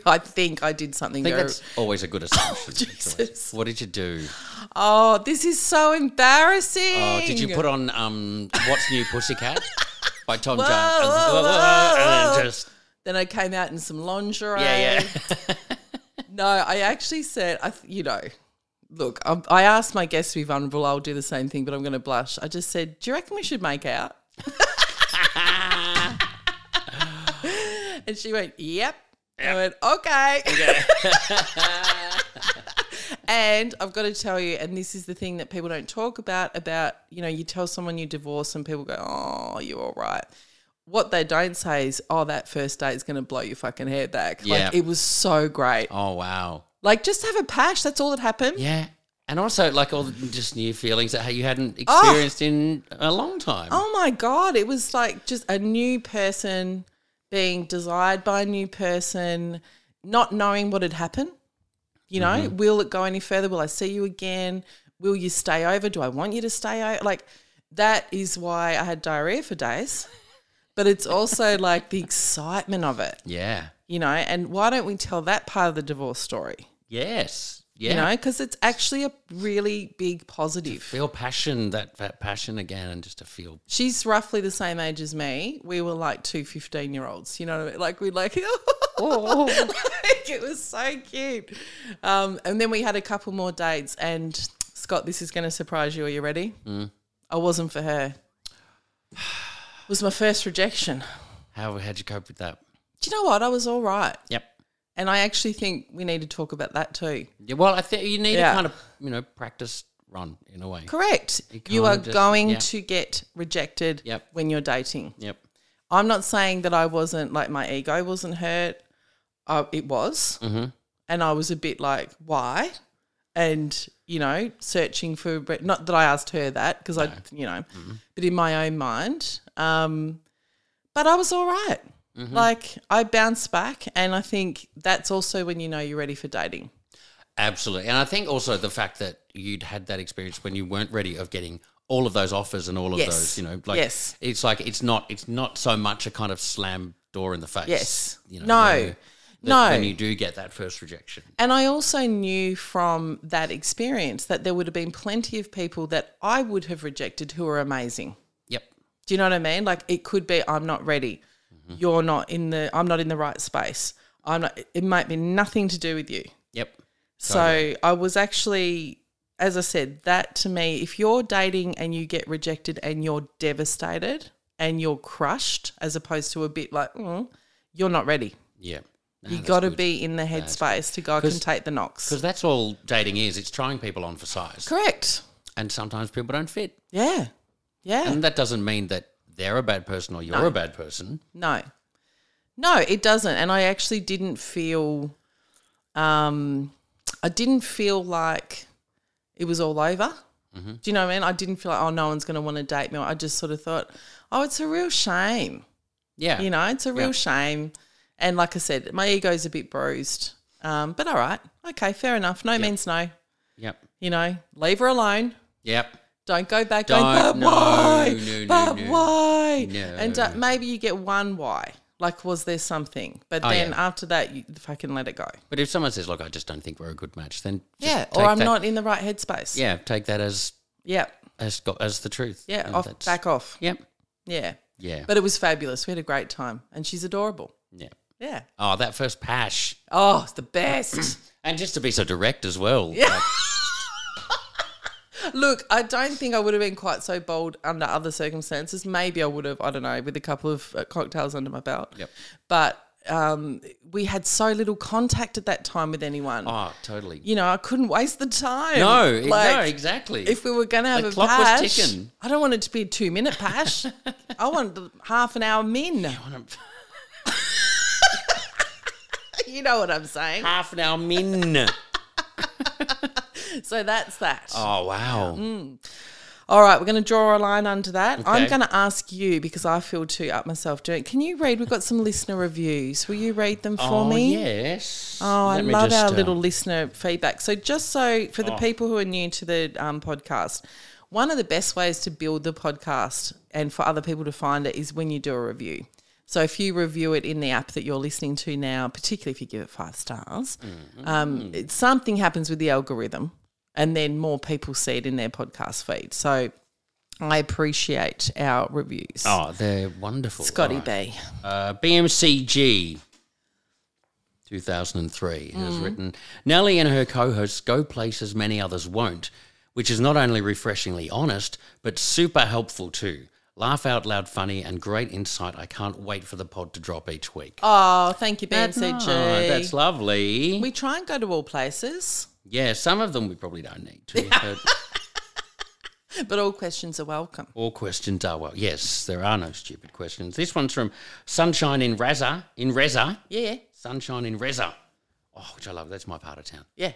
A: I think I did something.
D: I think
A: very-
D: that's always a good assumption. It's always-
A: Jesus.
D: What did you do?
A: oh, this is so embarrassing.
D: Oh, did you put on um, "What's New Pussycat" by Tom Jones, and,
A: whoa, whoa,
D: and
A: whoa.
D: then just
A: Then I came out in some lingerie.
D: yeah,
A: No, I actually said, I, th- you know, look, I, I asked my guests to be vulnerable. I'll do the same thing, but I'm going to blush. I just said, do you reckon we should make out? and she went, yep. I went, okay. and I've got to tell you, and this is the thing that people don't talk about, about, you know, you tell someone you divorce and people go, oh, you're all right. What they don't say is, oh, that first date is going to blow your fucking head back.
D: Yeah.
A: Like, it was so great.
D: Oh wow.
A: Like, just have a pash. That's all that happened.
D: Yeah. And also, like all the just new feelings that you hadn't experienced in a long time.
A: Oh my god, it was like just a new person being desired by a new person, not knowing what had happened. You know,
D: Mm-hmm.
A: will it go any further? Will I see you again? Will you stay over? Do I want you to stay over? Like that is why I had diarrhea for days. But it's also like the excitement of it,
D: Yeah.
A: you know. And why don't we tell that part of the divorce story?
D: Yes. Yeah.
A: You know, because it's actually a really big positive.
D: feel passion, that, that passion again, and just to feel.
A: She's roughly the same age as me. We were like two 15 year olds. You know what I mean? Like, we'd like, like, it was so cute. Um, and then we had a couple more dates. And Scott, this is going to surprise you. Are you ready?
D: Mm.
A: I wasn't for her. It was my first rejection.
D: How how'd you cope with that?
A: Do you know what? I was all right.
D: Yep.
A: And I actually think we need to talk about that too.
D: Yeah, well, I think you need
A: Yeah.
D: a kind of you know practice run in a way.
A: Correct.
D: You
A: You are
D: can't just-
A: going
D: yeah.
A: to get rejected
D: Yep.
A: when you're dating.
D: Yep.
A: I'm not saying that I wasn't like my ego wasn't hurt. Uh, it was,
D: Mm-hmm.
A: and I was a bit like, why? And you know, searching for re- not that I asked her that because I, you know,
D: Mm-hmm.
A: but in my own mind, um, but I was all right.
D: Mm-hmm.
A: Like I bounced back, and I think that's also when you know you're ready for dating.
D: Absolutely. And I think also the fact that you'd had that experience when you weren't ready of getting all of those offers and all of
A: Yes.
D: those, you know, like
A: Yes.
D: it's like it's not it's not so much a kind of slam door in the face.
A: Yes.
D: You
A: No.
D: when you- that-
A: No.
D: When you do get that first rejection.
A: And I also knew from that experience that there would have been plenty of people that I would have rejected who are amazing.
D: Yep.
A: Do you know what I mean? Like it could be I'm not ready.
D: Mm-hmm.
A: You're not in the I'm not in the right space. I'm not it might be nothing to do with you.
D: Yep.
A: So I was actually as I said, that to me, if you're dating and you get rejected and you're devastated and you're crushed as opposed to a bit like, mm, you're not ready.
D: Yeah. No,
A: You
D: that's
A: got to
D: good.
A: be in the headspace to go, I can
D: 'Cause-
A: take the knocks.
D: because that's all dating is. It's trying people on for size,
A: Correct.
D: and sometimes people don't fit,
A: Yeah. Yeah.
D: and that doesn't mean that they're a bad person or you're a bad person.
A: No. No, it doesn't. And I actually didn't feel um I didn't feel like it was all over.
D: Mm-hmm.
A: Do you know what I mean? I didn't feel like, oh, no one's going to want to date me. I just sort of thought, oh, it's a real shame.
D: Yeah,
A: You know, it's a real
D: Yeah.
A: shame. And like I said, my ego's a bit bruised. Um, but all right. Okay, fair enough. No means no.
D: Yep.
A: You know, leave her alone.
D: Yep.
A: Don't go back.
D: Don't-
A: going, but why?
D: no, no, no,
A: but
D: no.
A: why?
D: No.
A: And uh, maybe you get one why. Like, was there something? But
D: Oh,
A: then
D: yeah.
A: after that, you fucking let it go.
D: But if someone says, "Look, I just don't think we're a good match," then just
A: yeah.
D: take
A: Or I'm
D: that-
A: not in the right headspace.
D: Yeah, take that as
A: Yeah.
D: as go- as the truth.
A: Yeah.
D: And
A: Off,
D: Oh, that's-
A: back off.
D: Yep.
A: Yeah.
D: Yeah.
A: But it was fabulous. We had a great time. And she's adorable.
D: yeah.
A: Yeah.
D: Oh, that first pash,
A: Oh, it's the best.
D: and just to be so direct as well. Yeah.
A: Look, I don't think I would have been quite so bold under other circumstances. Maybe I would have, I don't know, with a couple of uh, cocktails under my belt.
D: Yep.
A: But um, we had so little contact at that time with anyone.
D: oh, totally.
A: You know, I couldn't waste the time.
D: no, e- no,
A: Like,
D: exactly.
A: If we were going to have
D: The
A: a
D: clock was
A: pash,
D: ticking.
A: I don't want it to be a two minute pash. I want the half an hour min. You know what I'm saying?
D: half an hour min.
A: So that's that.
D: oh wow.
A: Mm. All right, we're going to draw a line under that. I'm
D: Okay.
A: going to ask you because I feel too up myself doing. Can you read? We've got some listener reviews. Will you read them for
D: oh
A: me?
D: yes.
A: Oh, I
D: Let me
A: love
D: just,
A: our
D: uh, Oh.
A: little listener feedback. So, just so for the people who are new to the um, podcast, one of the best ways to build the podcast and for other people to find it is when you do a review. So, if you review it in the app that you're listening to now, particularly if you give it five stars,
D: Mm-hmm.
A: um, it, something happens with the algorithm, and then more people see it in their podcast feed. So, I appreciate our reviews.
D: Oh, they're wonderful.
A: Scotty
D: All right.
A: B.
D: Uh, BMCG 2003 has
A: Mm-hmm.
D: written Nellie and her co hosts go places many others won't, which is not only refreshingly honest, but super helpful too. Laugh out loud, funny, and great insight. I can't wait for the pod to drop each week.
A: Oh, thank you, Ben
D: Oh, that's lovely.
A: we try and go to all places.
D: yeah, some of them we probably don't need to. but
A: But all questions are welcome.
D: all questions are well. Yes, there are no stupid questions. This one's from Sunshine in Raza. In Reza.
A: Yeah,
D: Sunshine in Reza. Oh, which I love. That's my part of town.
A: yeah.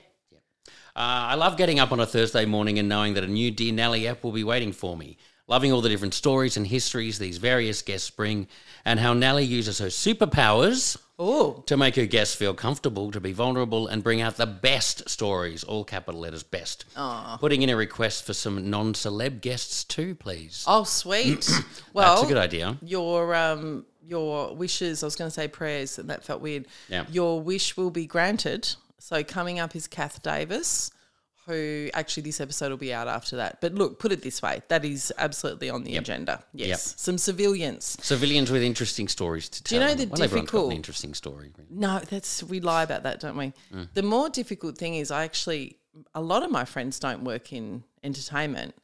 D: Uh, I love getting up on a Thursday morning and knowing that a new Dear Nelly app will be waiting for me. Loving all the different stories and histories these various guests bring, and how Nelly uses her superpowers
A: Oh,
D: to make her guests feel comfortable, to be vulnerable, and bring out the best stories, all capital letters, best. Putting in a request for some non celeb guests too, please.
A: oh, sweet. well,
D: That's a good idea.
A: your um your wishes i was going to say prayers and that felt weird
D: Yeah.
A: your wish will be granted so coming up is kath davis who actually this episode will be out after that but look put it this way that is absolutely on the agenda yes some civilians
D: Civilians with interesting stories to tell.
A: you know the
D: well, everyone's got an
A: difficult-
D: interesting story.
A: no that's we lie about that don't we
D: Mm.
A: the more difficult thing is i actually a lot of my friends don't work in entertainment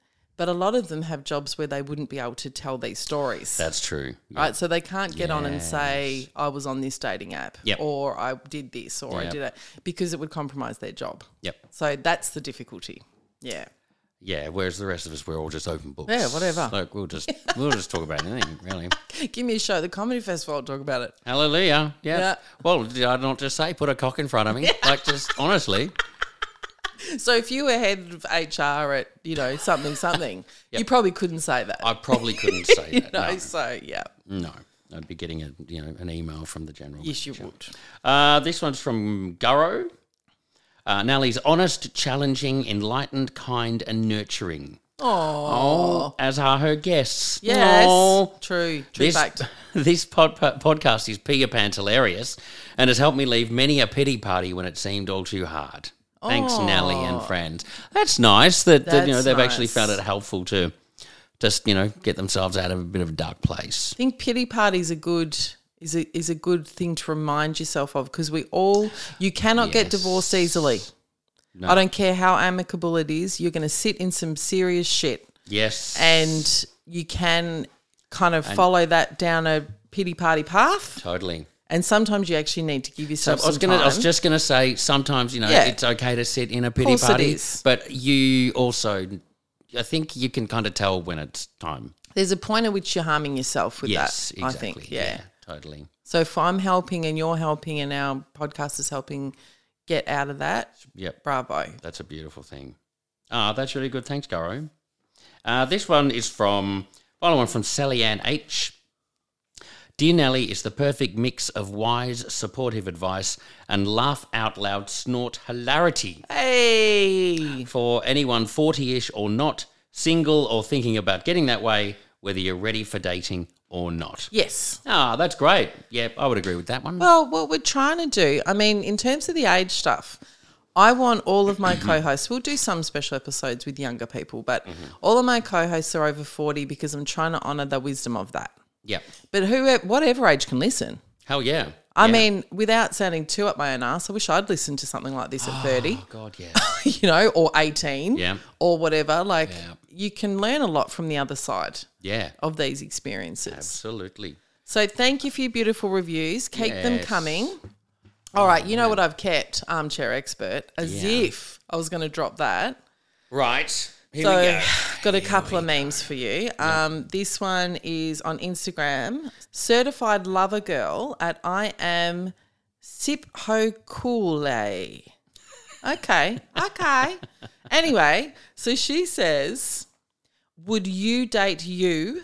A: but a lot of them have jobs where they wouldn't be able to tell these stories
D: That's true. Yeah.
A: right? So they can't get on and say, I was on this dating app
D: Yep.
A: or I did this or I
D: Yep.
A: did that because it would compromise their job.
D: Yep.
A: So that's the difficulty. Yeah.
D: Yeah. Whereas the rest of us, we're all just open books.
A: Yeah, whatever.
D: Like we'll just we'll just talk about anything, really.
A: Give me a show, the comedy festival, I'll talk about it.
D: Hallelujah. Yeah.
A: Yeah.
D: Well, did I not just say put a cock in front of me? Like just honestly.
A: So if you were head of HR at, you know, something, something, you probably couldn't say that.
D: I probably couldn't say
A: you
D: that.
A: know, so yeah.
D: no. no. I'd be getting a you know an email from the general.
A: Yes, you would.
D: Uh, this one's from Gurro. Uh, Nally's honest, challenging, enlightened, kind, and nurturing. Oh, as are her guests.
A: Yes.
D: Aw.
A: True. True
D: This,
A: fact.
D: this pod, po- podcast is pee your pants hilarious and has helped me leave many a pity party when it seemed all too hard. Thanks, Nelly and friends. That's nice that, that, you know
A: That's
D: they've actually
A: nice.
D: found it helpful to just you know get themselves out of a bit of a dark place.
A: I think pity party is a good is a is a good thing to remind yourself of because we all you cannot get
D: Yes.
A: divorced easily. I don't care how amicable it is, you're going to sit in some serious shit,
D: Yes,
A: and you can kind of follow that down a pity party path.
D: totally.
A: And sometimes you actually need to give
D: So I
A: yourself.
D: was
A: some
D: gonna, I was
A: time.
D: just gonna say, sometimes you know
A: Yeah.
D: it's okay to sit in a pity
A: Course it
D: party,
A: is.
D: but you also, I think you can kind of tell when it's time.
A: There's a point at which you're harming yourself with
D: yes,
A: that.
D: exactly.
A: I think, yeah.
D: totally.
A: So if I'm helping and you're helping and our podcast is helping, get out of that.
D: Yep.
A: Bravo.
D: That's a beautiful thing. Ah, that's really good. Thanks, Garo. Uh, this one is from, final one from Sally Ann H. Dear Nelly is the perfect mix of wise, supportive advice and laugh out loud, snort hilarity
A: Hey.
D: for anyone 40 ish or not, single or thinking about getting that way, whether you're ready for dating or not.
A: Yes.
D: Ah, that's great. Yep, I would agree with that one.
A: Well, what we're trying to do, I mean, in terms of the age stuff, I want all of my
D: Mm-hmm.
A: co hosts, we'll do some special episodes with younger people, but
D: Mm-hmm.
A: all of my co hosts are over 40 because I'm trying to honor the wisdom of that.
D: yep.
A: But who, whatever age can listen.
D: Hell yeah.
A: I
D: Yeah.
A: mean, without sounding too up my own ass, I wish I'd listened to something like this at 30,
D: Oh, God, yeah.
A: you know, or 18
D: Yeah.
A: or whatever. Like,
D: Yeah.
A: you can learn a lot from the other side
D: Yeah.
A: of these experiences.
D: Absolutely.
A: So thank you for your beautiful reviews. Keep them
D: Yes.
A: coming. All right, you know what I've kept, armchair expert, as
D: Yeah.
A: if I was going to drop that.
D: Right. Here
A: so,
D: we go.
A: got a couple of memes for you. Um, this one is on Instagram. Certified lover girl at I am sip ho cool Okay, okay. anyway, so she says, "Would you date you?"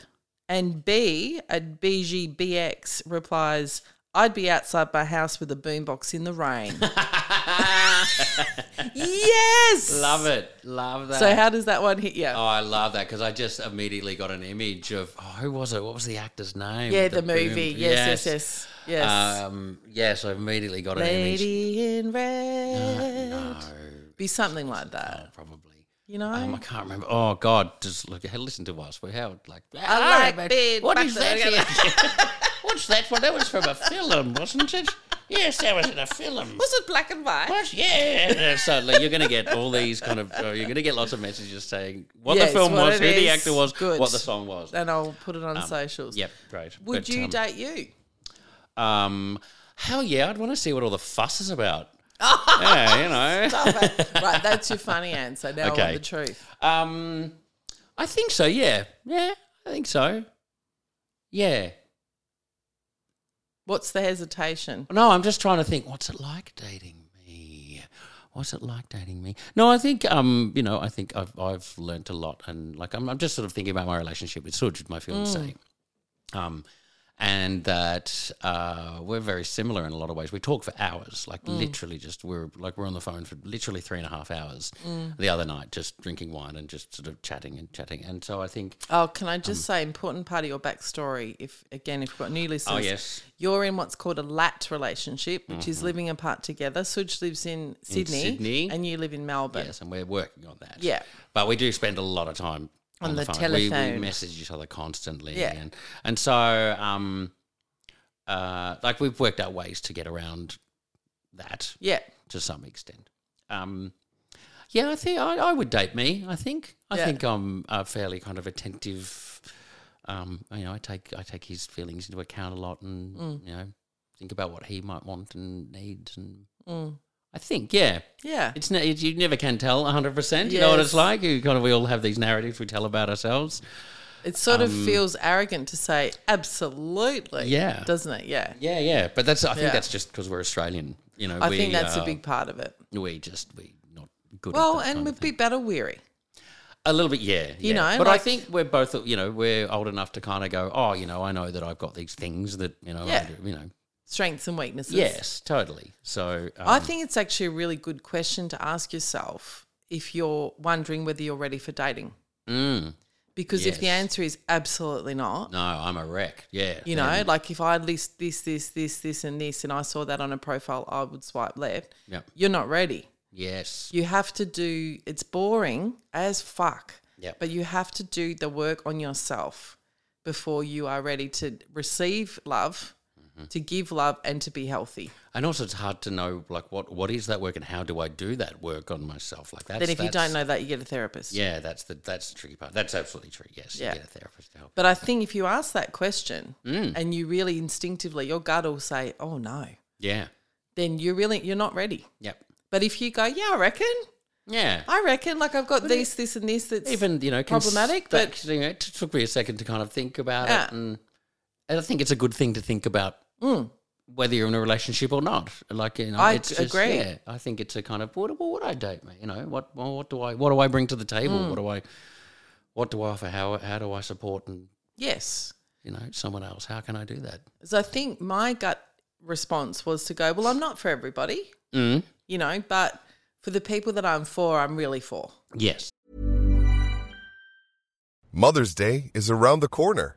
A: And B at BGBX replies, "I'd be outside my house with a boombox in the rain." yes,
D: Love it. Love that.
A: So how does that one hit you?
D: Oh, I love that because I just immediately got an image of oh, who was it? What was the actor's name?
A: Yeah,
D: with
A: the,
D: boom-
A: movie. Yes, yes, yes, yes.
D: Um, yes, I immediately got an image.
A: Lady in red.
D: No,
A: Be something like that,
D: probably.
A: you know.
D: Um, I can't remember. Oh God, just look, hey, listen to us. We have like.
A: I like
D: "Hello, mate.
A: being
D: What is
A: back there."
D: that? What's that one? That was from a film, wasn't it? Yes, that was in a film.
A: was it black and white?
D: What? Yeah. so like, you're going to get all these kind of, uh, you're going to get lots of messages saying what
A: Yes,
D: the film
A: what
D: was,
A: it
D: who the
A: is.
D: actor was,
A: Good.
D: what the song was.
A: And I'll put it on socials.
D: Um, Yep, great.
A: Would
D: But,
A: you
D: um,
A: date you?
D: Um, hell yeah, I'd want to see what all the fuss is about. yeah, you know.
A: right, that's your funny answer. Now I
D: Okay.
A: want the truth.
D: Um, I think so. Yeah, yeah, I think so. Yeah.
A: What's the hesitation?
D: No, I'm just trying to think. What's it like dating me? what's it like dating me? No, I think um, you know, I think I've I've learnt a lot, and like I'm I'm just sort of thinking about my relationship with Suj, my fiance, um, and that uh, we're very similar in a lot of ways. We talk for hours, like literally just we're like we're on the phone for literally three and a half hours the other night, just drinking wine and just sort of chatting and chatting. And so I think,
A: Oh, can I just say, important part of your backstory, if again, if you've got new listeners,
D: Um, oh yes, Mm-hmm.
A: you're in what's called a LAT relationship, which is living apart together. Suj lives in Sydney,
D: Sydney.
A: and you live in Melbourne.
D: yes, and we're working on that.
A: Yeah.
D: but we do spend a lot of time on,
A: On
D: the,
A: the
D: phone. We- We,
A: telephone.
D: message each other constantly,
A: Yeah.
D: and and so um, uh, like we've worked out ways to get around that
A: Yeah.
D: to some extent. Um, yeah, I think I, I would date me. I think I
A: Yeah.
D: think I'm a fairly kind of attentive. Um, you know, I take I take his feelings into account a lot, and
A: Mm.
D: you know, think about what he might want and needs, and
A: Mm.
D: I think yeah,
A: Yeah.
D: it's ne- it, you never can tell 100%. You know what it's
A: Yes.
D: like? You kind of we all have these narratives we tell about ourselves.
A: It sort of feels arrogant to say absolutely.
D: Um, Yeah.
A: Doesn't it? Yeah.
D: Yeah, yeah, but that's I think
A: Yeah.
D: that's just because we're Australian, you know.
A: I
D: we,
A: think that's
D: uh,
A: a big part of it.
D: we just we not good
A: Well,
D: at that
A: and
D: kind
A: we're
D: of
A: a bit better weary.
D: A little bit, yeah.
A: You
D: yeah.
A: know,
D: but I
A: like-
D: think we're both, you know, we're old enough to kind of go, oh, you know, I know that I've got these things that, you know,
A: Yeah.
D: I do, you know,
A: Strengths and weaknesses.
D: yes, totally. So um,
A: I think it's actually a really good question to ask yourself if you're wondering whether you're ready for dating.
D: mm,
A: Because if the
D: Yes.
A: answer is absolutely not,
D: no, I'm a wreck. Yeah,
A: you know,
D: then-
A: like if I list this, this, this, this, and this, and I saw that on a profile, I would swipe left.
D: yeah,
A: You're not ready.
D: yes,
A: You have to do, it's boring as fuck,
D: Yep.
A: but you have to do the work on yourself before you are ready to receive love,
D: Mm-hmm.
A: to give love, and to be healthy.
D: and also it's hard to know like what what is that work and how do I do that work on myself? Like that's
A: then if you
D: that's-
A: don't know that, you get a therapist.
D: Yeah, that's the that's the tricky part. That's absolutely true. Yes,
A: Yeah.
D: you get a therapist to help.
A: But I think if you ask that question
D: Mm.
A: and you really instinctively, your gut will say, oh no,
D: yeah,
A: then you're really, you're not ready.
D: yep,
A: But if you go, yeah, I reckon,
D: yeah.
A: I reckon, like I've got this, this, and this that's
D: Even you know cons-
A: problematic,
D: that-
A: but
D: you know, it took me a second to kind of think about it,
A: Yeah.
D: and, and I think it's a good thing to think about whether you're in a relationship or not. Like you know,
A: Mm. I
D: it's
A: g-
D: just-
A: agree.
D: Yeah, I think it's a kind of what, what would I date me? You know, what well, what do I what do I bring to the table?
A: Mm.
D: What do I what do I offer? How how do I support and
A: yes.
D: you know someone else? How can I do that?
A: So I think my gut response was to go, well, I'm not for everybody,
D: Mm.
A: you know, but for the people that I'm for, I'm really for.
D: Yes.
E: Mother's Day is around the corner.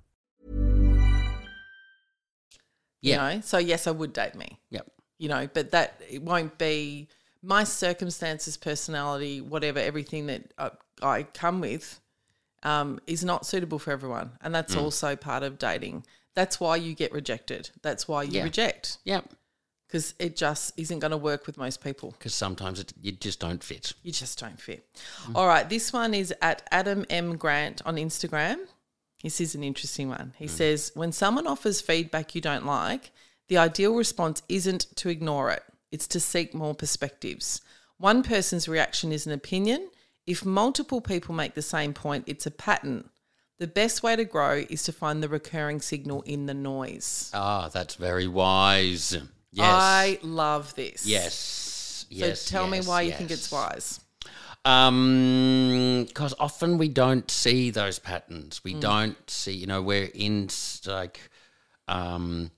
D: Yeah.
A: You know, so yes, I would date me,
D: Yep.
A: you know, but that it won't be my circumstances, personality, whatever, everything that I, I come with um, is not suitable for everyone. And that's
D: Mm.
A: also part of dating. That's why you get rejected. That's why you
D: Yeah.
A: reject
D: Yep.
A: because it just isn't going to work with most people.
D: Because sometimes it, you just don't fit.
A: You just don't fit. All right, this one is at Adam M. Grant on Instagram. This is an interesting one.
D: Mm.
A: He says, When someone offers feedback you don't like, the ideal response isn't to ignore it, it's to seek more perspectives. One person's reaction is an opinion. If multiple people make the same point, it's a pattern. The best way to grow is to find the recurring signal in the noise.
D: Ah, that's very wise. Yes.
A: I love this.
D: yes.
A: So
D: Yes.
A: tell me
D: yes,
A: why you think
D: yes.
A: it's wise.
D: Um, because often we don't see those patterns.
A: Hmm.
D: We don't see, you know, we're in s- like, um,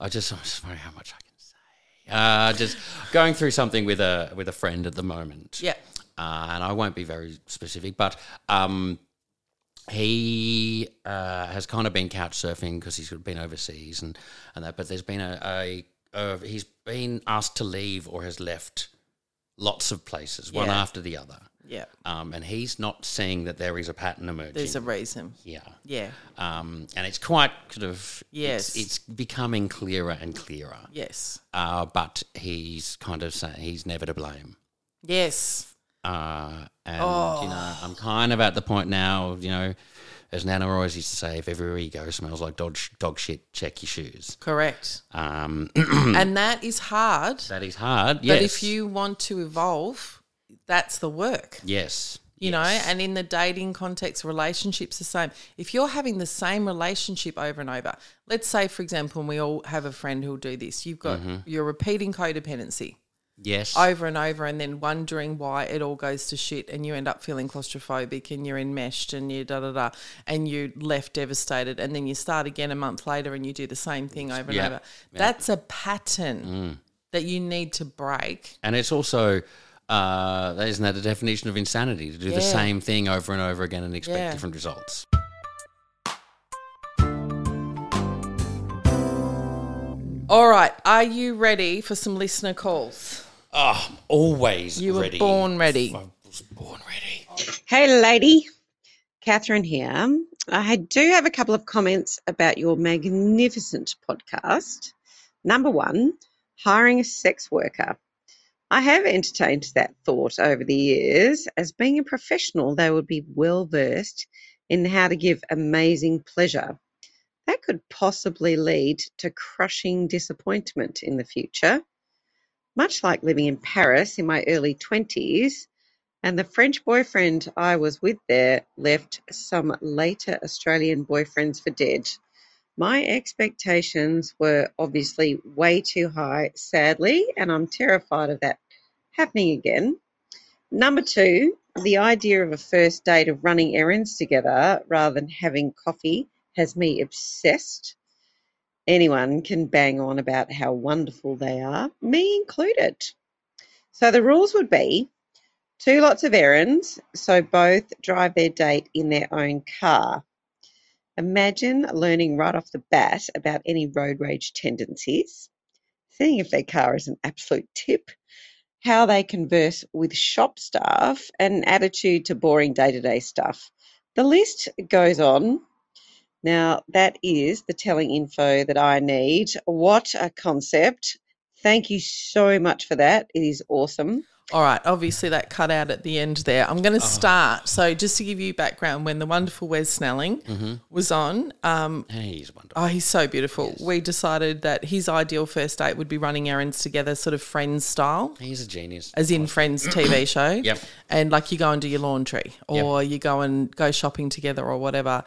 D: I just I'm sorry how much I can say. Uh, just going through something with a with a friend at the moment.
A: Yeah.
D: uh, and I won't be very specific, but um, he uh, has kind of been couch surfing because he's been overseas and, and that. But there's been a, a uh, he's been asked to leave or has left lots of places, one
A: Yeah.
D: after the other,
A: Yeah.
D: um, and he's not seeing that there is a pattern emerging.
A: There's a reason.
D: yeah.
A: Yeah.
D: Um, and it's quite sort of
A: Yes.
D: it's, it's becoming clearer and clearer.
A: Yes.
D: Uh, but he's kind of saying he's never to blame.
A: Yes.
D: Uh, and you know,
A: Oh.
D: I'm kind of at the point now. You know, as Nana always used to say, if everywhere you go smells like dog, sh- dog shit, check your shoes.
A: Correct.
D: Um,
A: and that is hard.
D: that is hard. Yes.
A: But if you want to evolve, that's the work.
D: yes,
A: You know, and in the dating context, relationships the same. If you're having the same relationship over and over, let's say, for example, and we all have a friend who'll do this. You've got
D: Mm-hmm.
A: you're repeating codependency
D: yes,
A: over and over, and then wondering why it all goes to shit, and you end up feeling claustrophobic, and you're enmeshed, and you da da da, and you left devastated, and then you start again a month later, and you do the same thing over
D: Yeah. Mm.
A: and over. That's a pattern that you need to break.
D: and it's also. Uh, that isn't that the definition of insanity to do the same thing over and over again and expect
A: Yeah.
D: different results.
A: All right, are you ready for some listener calls?
D: Oh, I'm always
A: You were
D: ready.
A: born ready.
D: I was born ready.
F: Hey, lady. Catherine here. I do have a couple of comments about your magnificent podcast. Number one, hiring a sex worker. I have entertained that thought over the years. As being a professional, they would be well versed in how to give amazing pleasure. That could possibly lead to crushing disappointment in the future. Much like living in Paris in my early 20s, and the French boyfriend I was with there left some later Australian boyfriends for dead. My expectations were obviously way too high, sadly, and I'm terrified of that happening again. Number two, the idea of a first date of running errands together rather than having coffee has me obsessed. Anyone can bang on about how wonderful they are, me included. So the rules would be Two lots of errands, so both drive their date in their own car. Imagine learning right off the bat about any road rage tendencies, seeing if their car is an absolute tip, how they converse with shop staff, and attitude to boring day to day stuff. The list goes on. Now, that is the telling info that I need. What a concept! Thank you so much for that. It is awesome.
A: All right, obviously that cut out at the end there. I'm going
D: Oh.
A: to start. So, just to give you background, when the wonderful Wes Snelling
D: Mm-hmm.
A: was on, um,
D: Hey, he's wonderful.
A: oh, he's so beautiful. We decided that his ideal first date would be running errands together, sort of friends style.
D: He's a genius.
A: as in Friends TV show.
D: Yep.
A: And like you go and do your laundry or you go and go shopping together or whatever.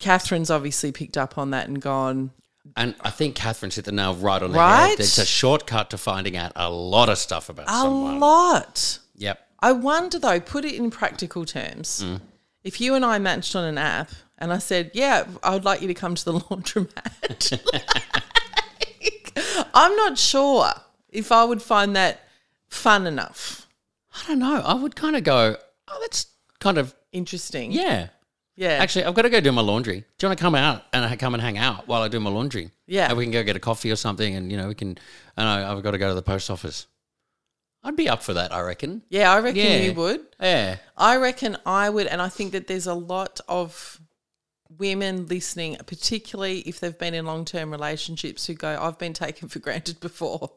A: Catherine's obviously picked up on that and gone,
D: And I think Catherine's hit the nail right on the
A: Right? Oh.
D: head. It's a shortcut to finding out a lot of stuff about
A: a
D: someone.
A: lot.
D: Yep.
A: I wonder though, put it in practical terms.
D: Mm.
A: If you and I matched on an app and I said, Yeah, I would like you to come to the laundromat. Like, I'm not sure if I would find that fun enough.
D: I don't know. I would kind of go, oh, that's kind of,
A: Interesting.
D: yeah.
A: Yeah.
D: Actually, I've got to go do my laundry. Do you want to come out and I come and hang out while I do my laundry?
A: Yeah.
D: And we can go get a coffee or something. And, you know, we can, and I, I've got to go to the post office. I'd be up for that, I reckon.
A: yeah, I reckon
D: Yeah.
A: you would.
D: Yeah.
A: I reckon I would, and I think that there's a lot of women listening, particularly if they've been in long term relationships, who go, I've been taken for granted before.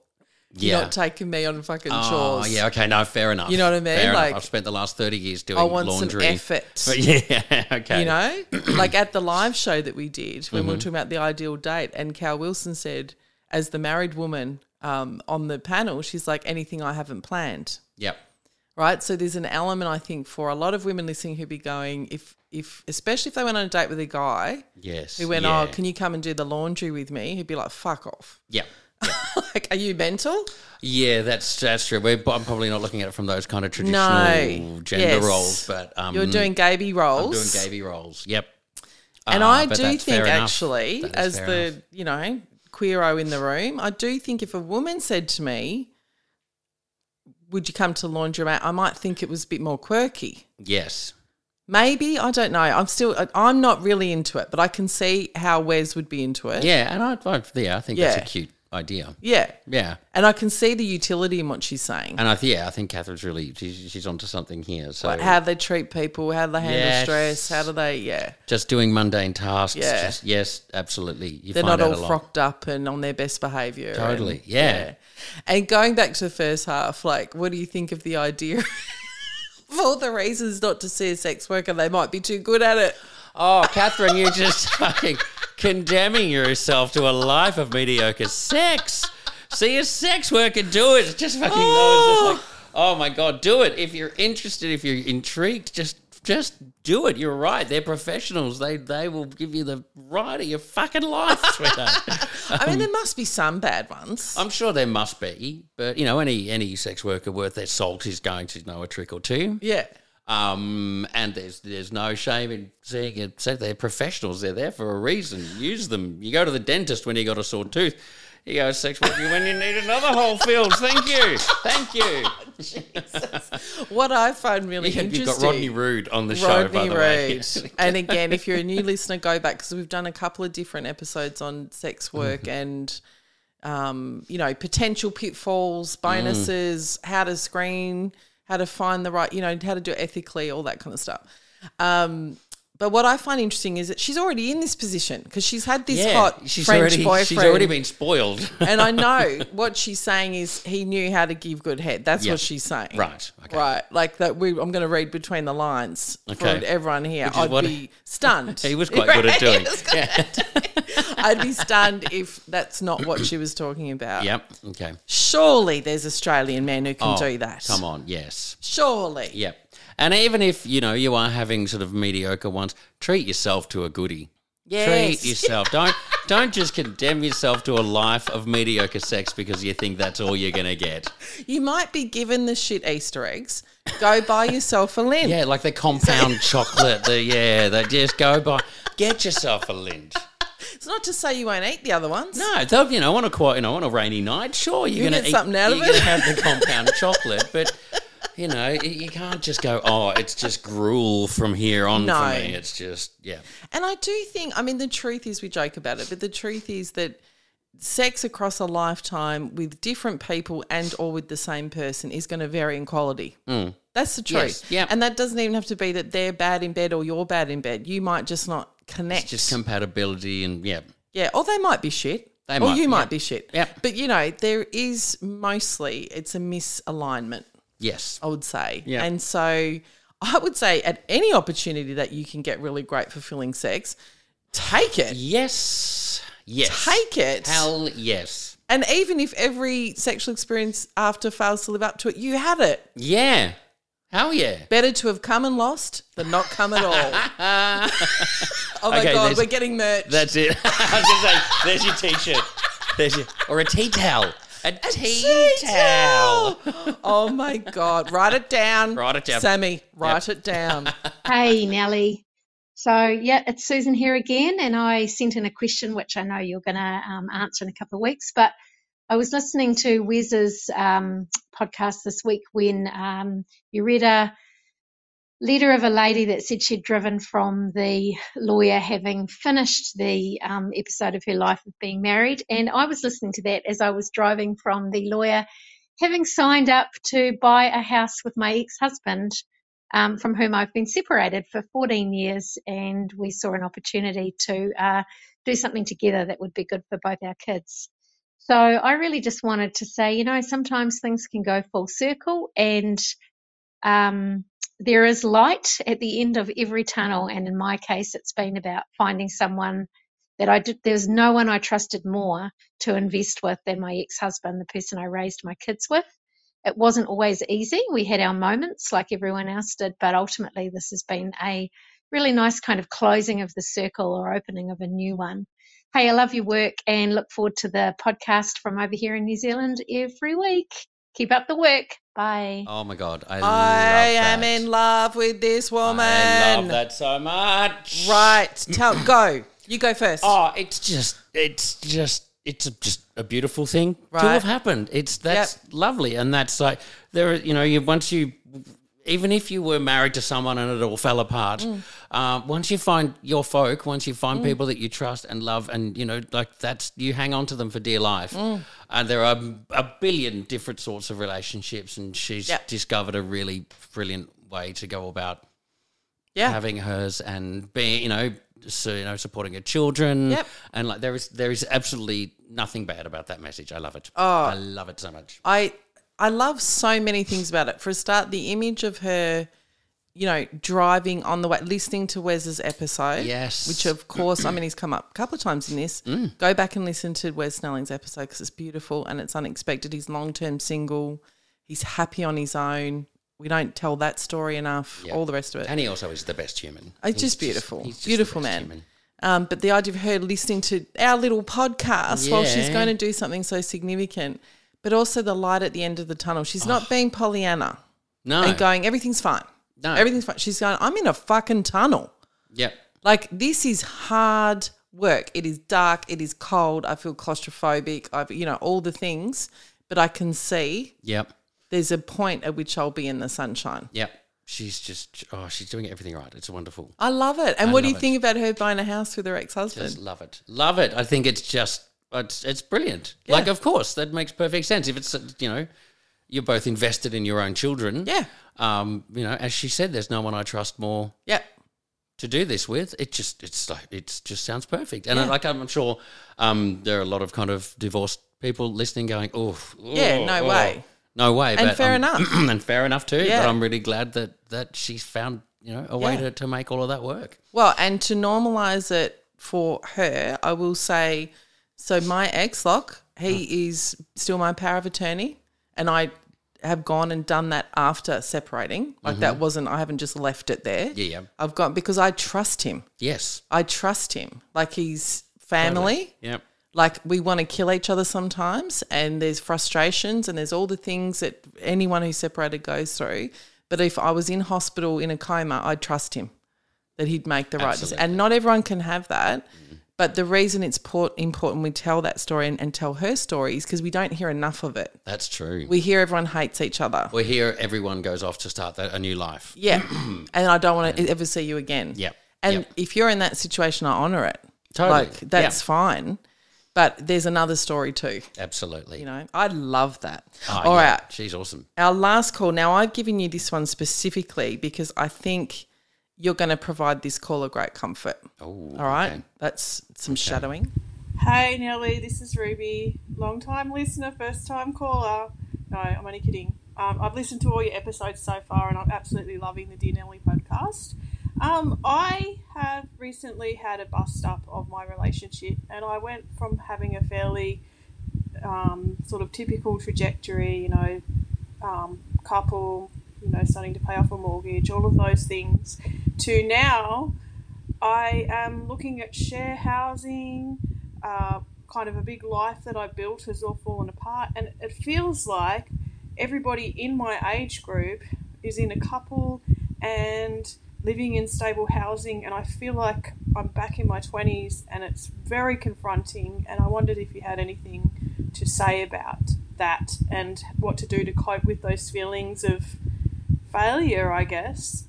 A: You're
D: Yeah.
A: not taking me on fucking
D: Oh,
A: chores.
D: yeah. Okay. No, fair enough.
A: You know what I mean?
D: Fair enough.
A: Like,
D: I've spent the last 30 years doing
A: I want
D: laundry.
A: some effort.
D: But yeah. Mm-hmm. Okay.
A: You know, like at the live show that we did when we were talking about the ideal date, and Cal Wilson said, as the married woman um, on the panel, she's like, anything I haven't planned.
D: Yep.
A: right? So there's an element I think for a lot of women listening who be going if if especially if they went on a date with a guy
D: Yes.
A: who went,
D: yeah.
A: oh, can you come and do the laundry with me? He'd be like, fuck off.
D: Yep.
A: like, are you mental?
D: Yeah, that's that's true. We're, I'm probably not looking at it from those kind of traditional
A: No.
D: gender
A: Yes.
D: roles, but um,
A: You're doing gaby
D: I'm
A: roles.
D: doing Gaby roles. Yep.
A: And
D: Uh,
A: I
D: but
A: do
D: that's fair
A: think
D: enough.
A: actually,
D: That is
A: as
D: fair
A: the
D: enough.
A: you know queero in the room, I do think if a woman said to me, "Would you come to laundromat?" I might think it was a bit more quirky.
D: yes,
A: Maybe I don't know. I'm still I- I'm not really into it, but I can see how Wes would be into it.
D: yeah, and I, I yeah, I think
A: Yeah.
D: that's a cute idea.
A: Yeah.
D: Yeah,
A: And I can see the utility in what she's saying.
D: and I th- yeah, I think Catherine's really she's, she's onto something here. So
A: Like how they treat people, how they handle
D: Yes.
A: stress, how do they, yeah.
D: just doing mundane tasks.
A: Yeah.
D: just- yes, absolutely. You
A: They're
D: find
A: not
D: out
A: all
D: a lot.
A: frocked up and on their best behavior.
D: Totally,
A: and-
D: yeah.
A: And going back to the first half, like, what do you think of the idea for the reasons not to see a sex worker, they might be too good at it.
D: Oh, Catherine, you're just fucking condemning yourself to a life of mediocre sex. See a sex worker, do it. Just fucking knows. It's like, oh my god, do it. If you're interested, if you're intrigued, just just do it. You're right. They're professionals. They they will give you the ride of your fucking life, sweetheart.
A: I mean, there must be some bad ones.
D: Um, I'm sure there must be, but you know, any any sex worker worth their salt is going to know a trick or two.
A: yeah.
D: Um, and there's there's no shame in seeing it. So they're professionals. They're there for a reason. Use them. You go to the dentist when you got a sore tooth. You go to sex worker when you need another whole field. Thank you, thank you.
A: What I find really
D: Yeah,
A: interesting.
D: You've got Rodney Rude on the show, by
A: Rodney
D: the
A: Road.
D: way.
A: and again, if you're a new listener, go back because we've done a couple of different episodes on
D: Mm-hmm.
A: sex work and, um, you know, potential pitfalls, bonuses,
D: Mm.
A: how to screen, how to find the right, you know, how to do it ethically, all that kind of stuff. Um, but what I find interesting is that she's already in this position because she's had this hot
D: she's
A: French
D: already
A: boyfriend.
D: she's already been spoiled.
A: and I know what she's saying is he knew how to give good head. That's
D: Yeah.
A: what she's saying.
D: Right, okay.
A: Right. Like that. We. I'm going to read between the lines
D: Okay.
A: for everyone here.
D: Which is
A: I'd
D: what-
A: be stunned.
D: he was quite good
A: Right?
D: at doing. Yeah.
A: I'd be stunned if that's not what she was talking about.
D: Yep. Okay.
A: Surely there's Australian men who can
D: Oh,
A: do that.
D: Come on. Yes.
A: Surely.
D: Yep. And even if you know you are having sort of mediocre ones, treat yourself to a goodie.
A: Yes.
D: Treat yourself. Don't don't just condemn yourself to a life of mediocre sex because you think that's all you're gonna get.
A: You might be given the shit Easter eggs. Go buy yourself a lint.
D: Yeah, like the compound chocolate. The yeah, they just go by. Get yourself a lint.
A: It's not to say you won't eat the other ones.
D: No, though, you know on a quite you know on a rainy night, sure you're
A: You
D: gonna
A: get something out of
D: you're
A: it.
D: gonna have the compound chocolate, but. You know, y- you can't just go. Oh, it's just gruel from here on
A: No.
D: for me. It's just yeah.
A: And I do think, I mean, the truth is, we joke about it, but the truth is that sex across a lifetime with different people and or with the same person is going to vary in quality. That's the truth.
D: Mm. Yes, yep.
A: And that doesn't even have to be that they're bad in bed or you're bad in bed. You might just not connect.
D: It's just compatibility and yeah.
A: yeah. Or they might be shit.
D: They
A: or
D: might,
A: you
D: yeah.
A: might be shit.
D: Yep.
A: But you know, there is mostly it's a misalignment.
D: Yes.
A: I would say.
D: Yeah.
A: And so I would say at any opportunity that you can get really great fulfilling sex, take it.
D: Yes. Yes.
A: Take it.
D: Hell yes.
A: And even if every sexual experience after fails to live up to it, you had it.
D: Yeah. Hell yeah.
A: Better to have come and lost than not come at all. oh my
D: Okay,
A: God,
D: there's-
A: we're getting merch.
D: That's it. I was gonna say, there's your t-shirt. There's your or a tea towel. A, tea, towel.
A: oh my God, write it down.
D: Write it down.
A: Sammy, write it down.
G: Hey, Nellie. So, yeah, it's Susan here again, and I sent in a question which I know you're going to um, answer in a couple of weeks. But I was listening to Wes's um, podcast this week when um, you read a letter of a lady that said she'd driven from the lawyer having finished the um, episode of her life of being married. And I was listening to that as I was driving from the lawyer having signed up to buy a house with my ex husband um, from whom I've been separated for 14 years, and we saw an opportunity to uh, do something together that would be good for both our kids. So I really just wanted to say, you know, sometimes things can go full circle, and um, there is light at the end of every tunnel. And in my case, it's been about finding someone that I did. There's no one I trusted more to invest with than my ex-husband, the person I raised my kids with it wasn't always easy. We had our moments like everyone else did, but ultimately, this has been a really nice kind of closing of the circle or opening of a new one. Hey, I love your work and look forward to the podcast from over here in New Zealand every week. Keep up the work. Bye.
D: Oh my god. I,
A: I
D: love
A: am
D: that.
A: in love with this woman.
D: I love that so much.
A: Right, tell, go. You go first.
D: Oh, it's just, it's just, it's a, just a beautiful thing to
A: Right.
D: have happened. It's that's lovely, and that's like there. Are, you know, you once you, even if you were married to someone and it all fell apart,
A: Mm.
D: uh, once you find your folk, once you find people that you trust and love, and you know, like that's you hang on to them for dear life.
A: Mm.
D: And there are a billion different sorts of relationships, and she's
A: Yep.
D: discovered a really brilliant way to go about
A: yeah.
D: having hers and being you know so you know supporting her children
A: Yep.
D: and like there is there is absolutely nothing bad about that message i love it oh. i love it so much
A: I I love so many things about it. For a start, the image of her you know, driving on the way, listening to Wes's episode.
D: Yes. Mm.
A: Which, of course, I mean, he's come up a couple of times in this. Go back and listen to Wes Snelling's episode because it's beautiful and it's unexpected. He's long term single, he's happy on his own. We don't tell that story enough,
D: Yeah.
A: all the rest of it.
D: And he also is the best human.
A: It's
D: He's
A: Oh, just beautiful.
D: he's just the
A: Beautiful
D: best
A: man. Um, but the idea of her listening to our little podcast while she's
D: Yeah.
A: going to do something so significant, but also the light at the end of the tunnel. She's
D: Oh.
A: not being Pollyanna
D: No.
A: and going, everything's fine.
D: No.
A: Everything's fine. She's going, I'm in a fucking tunnel.
D: Yep.
A: Like, this is hard work. It is dark. It is cold. I feel claustrophobic. I've, you know, all the things, but I can see
D: Yep.
A: there's a point at which I'll be in the sunshine.
D: Yep. She's just, oh, she's doing everything right. It's wonderful.
A: I love it. And what do
D: love
A: you
D: it.
A: think about her buying a house with her ex
D: Just
A: husband?
D: love it. Love it. I think it's just, it's, it's brilliant.
A: Yeah.
D: Like, of course, that makes perfect sense. If it's, you know, you're both invested in your own children.
A: Yeah.
D: Um, you know, as she said, there's no one I trust more
A: Yeah.
D: to do this with. It just it's like it's just sounds perfect. And like I'm sure um, there are a lot of kind of divorced people listening going, oh,
A: Yeah, no way.
D: no way.
A: And fair
D: I'm-
A: enough.
D: and fair enough too.
A: Yeah.
D: But I'm really glad that that she's found you know a way
A: Yeah.
D: to, to make all of that work.
A: Well, and to normalize it for her, I will say so my ex Lock, he is still my power of attorney, and I have gone and done that after separating. Like that wasn't I haven't just left it there.
D: Mm-hmm. Yeah, yeah.
A: I've gone because I trust him.
D: Yes.
A: I trust him. Like he's family.
D: Yep.
A: Like we want to kill each other sometimes and there's frustrations and there's all the things that anyone who's separated goes through. But if I was in hospital in a coma, I'd trust him that he'd make the right decision. And not everyone can have that. But the reason it's port- important we tell that story and, and tell her story is because we don't hear enough of it.
D: That's true. We
A: We hear everyone hates each other.
D: we hear everyone goes off to start that, a new life.
A: yeah. and I don't want to ever see you again.
D: Yep.
A: And
D: Yep.
A: if you're in that situation, I honor it.
D: Totally.
A: Like that's
D: Yeah.
A: fine. But there's another story too.
D: Absolutely.
A: You know, I love that. All
D: Ah,
A: right,
D: yeah. She's awesome.
A: Our last call. Now, I've given you this one specifically because I think you're going to provide this caller great comfort.
D: Oh,
A: All right. That's some shadowing.
H: Hey Nelly, this is Ruby, long time listener, first time caller. No, I'm only kidding. Um, I've listened to all your episodes so far and I'm absolutely loving the Dear Nelly podcast. Um, I have recently had a bust up of my relationship and I went from having a fairly um, sort of typical trajectory, you know, um, couple, you know, starting to pay off a mortgage, all of those things, to now I am looking at share housing, uh, kind of a big life that I built has all fallen apart, and it feels like everybody in my age group is in a couple and living in stable housing, and I feel like I'm back in my 20s and it's very confronting. And I wondered if you had anything to say about that and what to do to cope with those feelings of failure, I guess.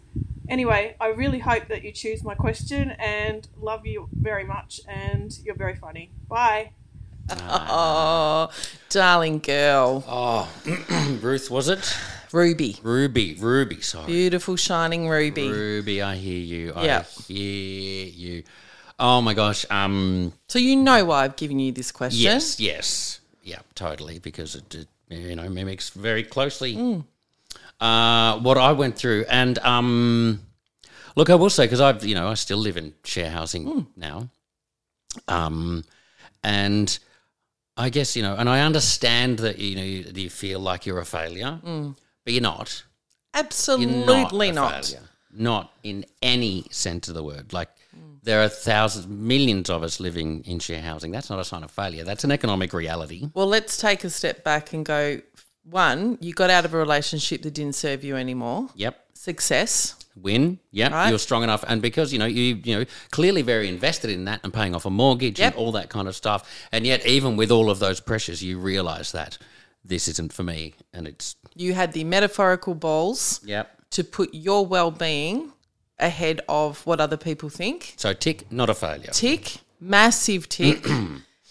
H: Anyway, I really hope that you choose my question and love you very much and you're very funny. Bye.
D: Ah.
A: Oh, darling girl.
D: Ruth, was it?
A: Ruby.
D: Oh. Ruby. Ruby, sorry.
A: Beautiful, shining Ruby.
D: Ruby, I hear you. I
A: Yeah.
D: hear you. Oh my gosh. Um.
A: So, you know why I've given you this question.
D: Yes. Yes. Yeah. Totally. Because it, it you know mimics very closely uh, what I went through. And um, look, I will say because I've you know I still live in share housing now. Um, and I guess you know, and I understand that you know you, you feel like you're a failure, but you're not. You're
A: Absolutely
D: a
A: not.
D: failure. Not in any sense of the word. Like there are thousands, millions of us living in share housing. That's not a sign of failure. That's an economic reality.
A: Well, let's take a step back and go one, you got out of a relationship that didn't serve you anymore.
D: Yep.
A: Success.
D: Win. Yep.
A: Right.
D: You're strong enough, and because you know you you know clearly very invested in that and paying off a mortgage
A: Yep.
D: and all that kind of stuff. And yet, even with all of those pressures, you realize that this isn't for me, and it's
A: You had the metaphorical balls
D: yep.
A: to put your well being ahead of what other people think.
D: So tick, not a failure.
A: Tick, massive tick.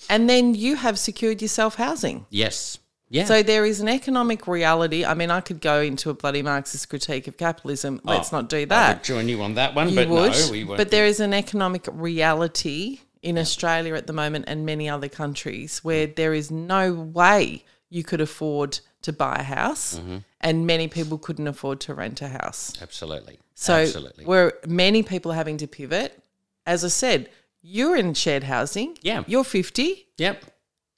A: and then you have secured yourself housing.
D: yes. Yeah.
A: So there is an economic reality. I mean, I could go into a bloody Marxist critique of capitalism. Let's not do
D: Oh, I
A: that.
D: would join you on that one,
A: You
D: but
A: would,
D: no, we won't.
A: but there is an economic reality in Australia at the moment and many other countries where there is no way you could afford to buy a house,
D: Mm-hmm.
A: and many people couldn't afford to rent a house.
D: Absolutely.
A: So
D: Absolutely.
A: where many people are having to pivot, as I said, you're in shared housing.
D: Yeah.
A: You're 50.
D: Yep.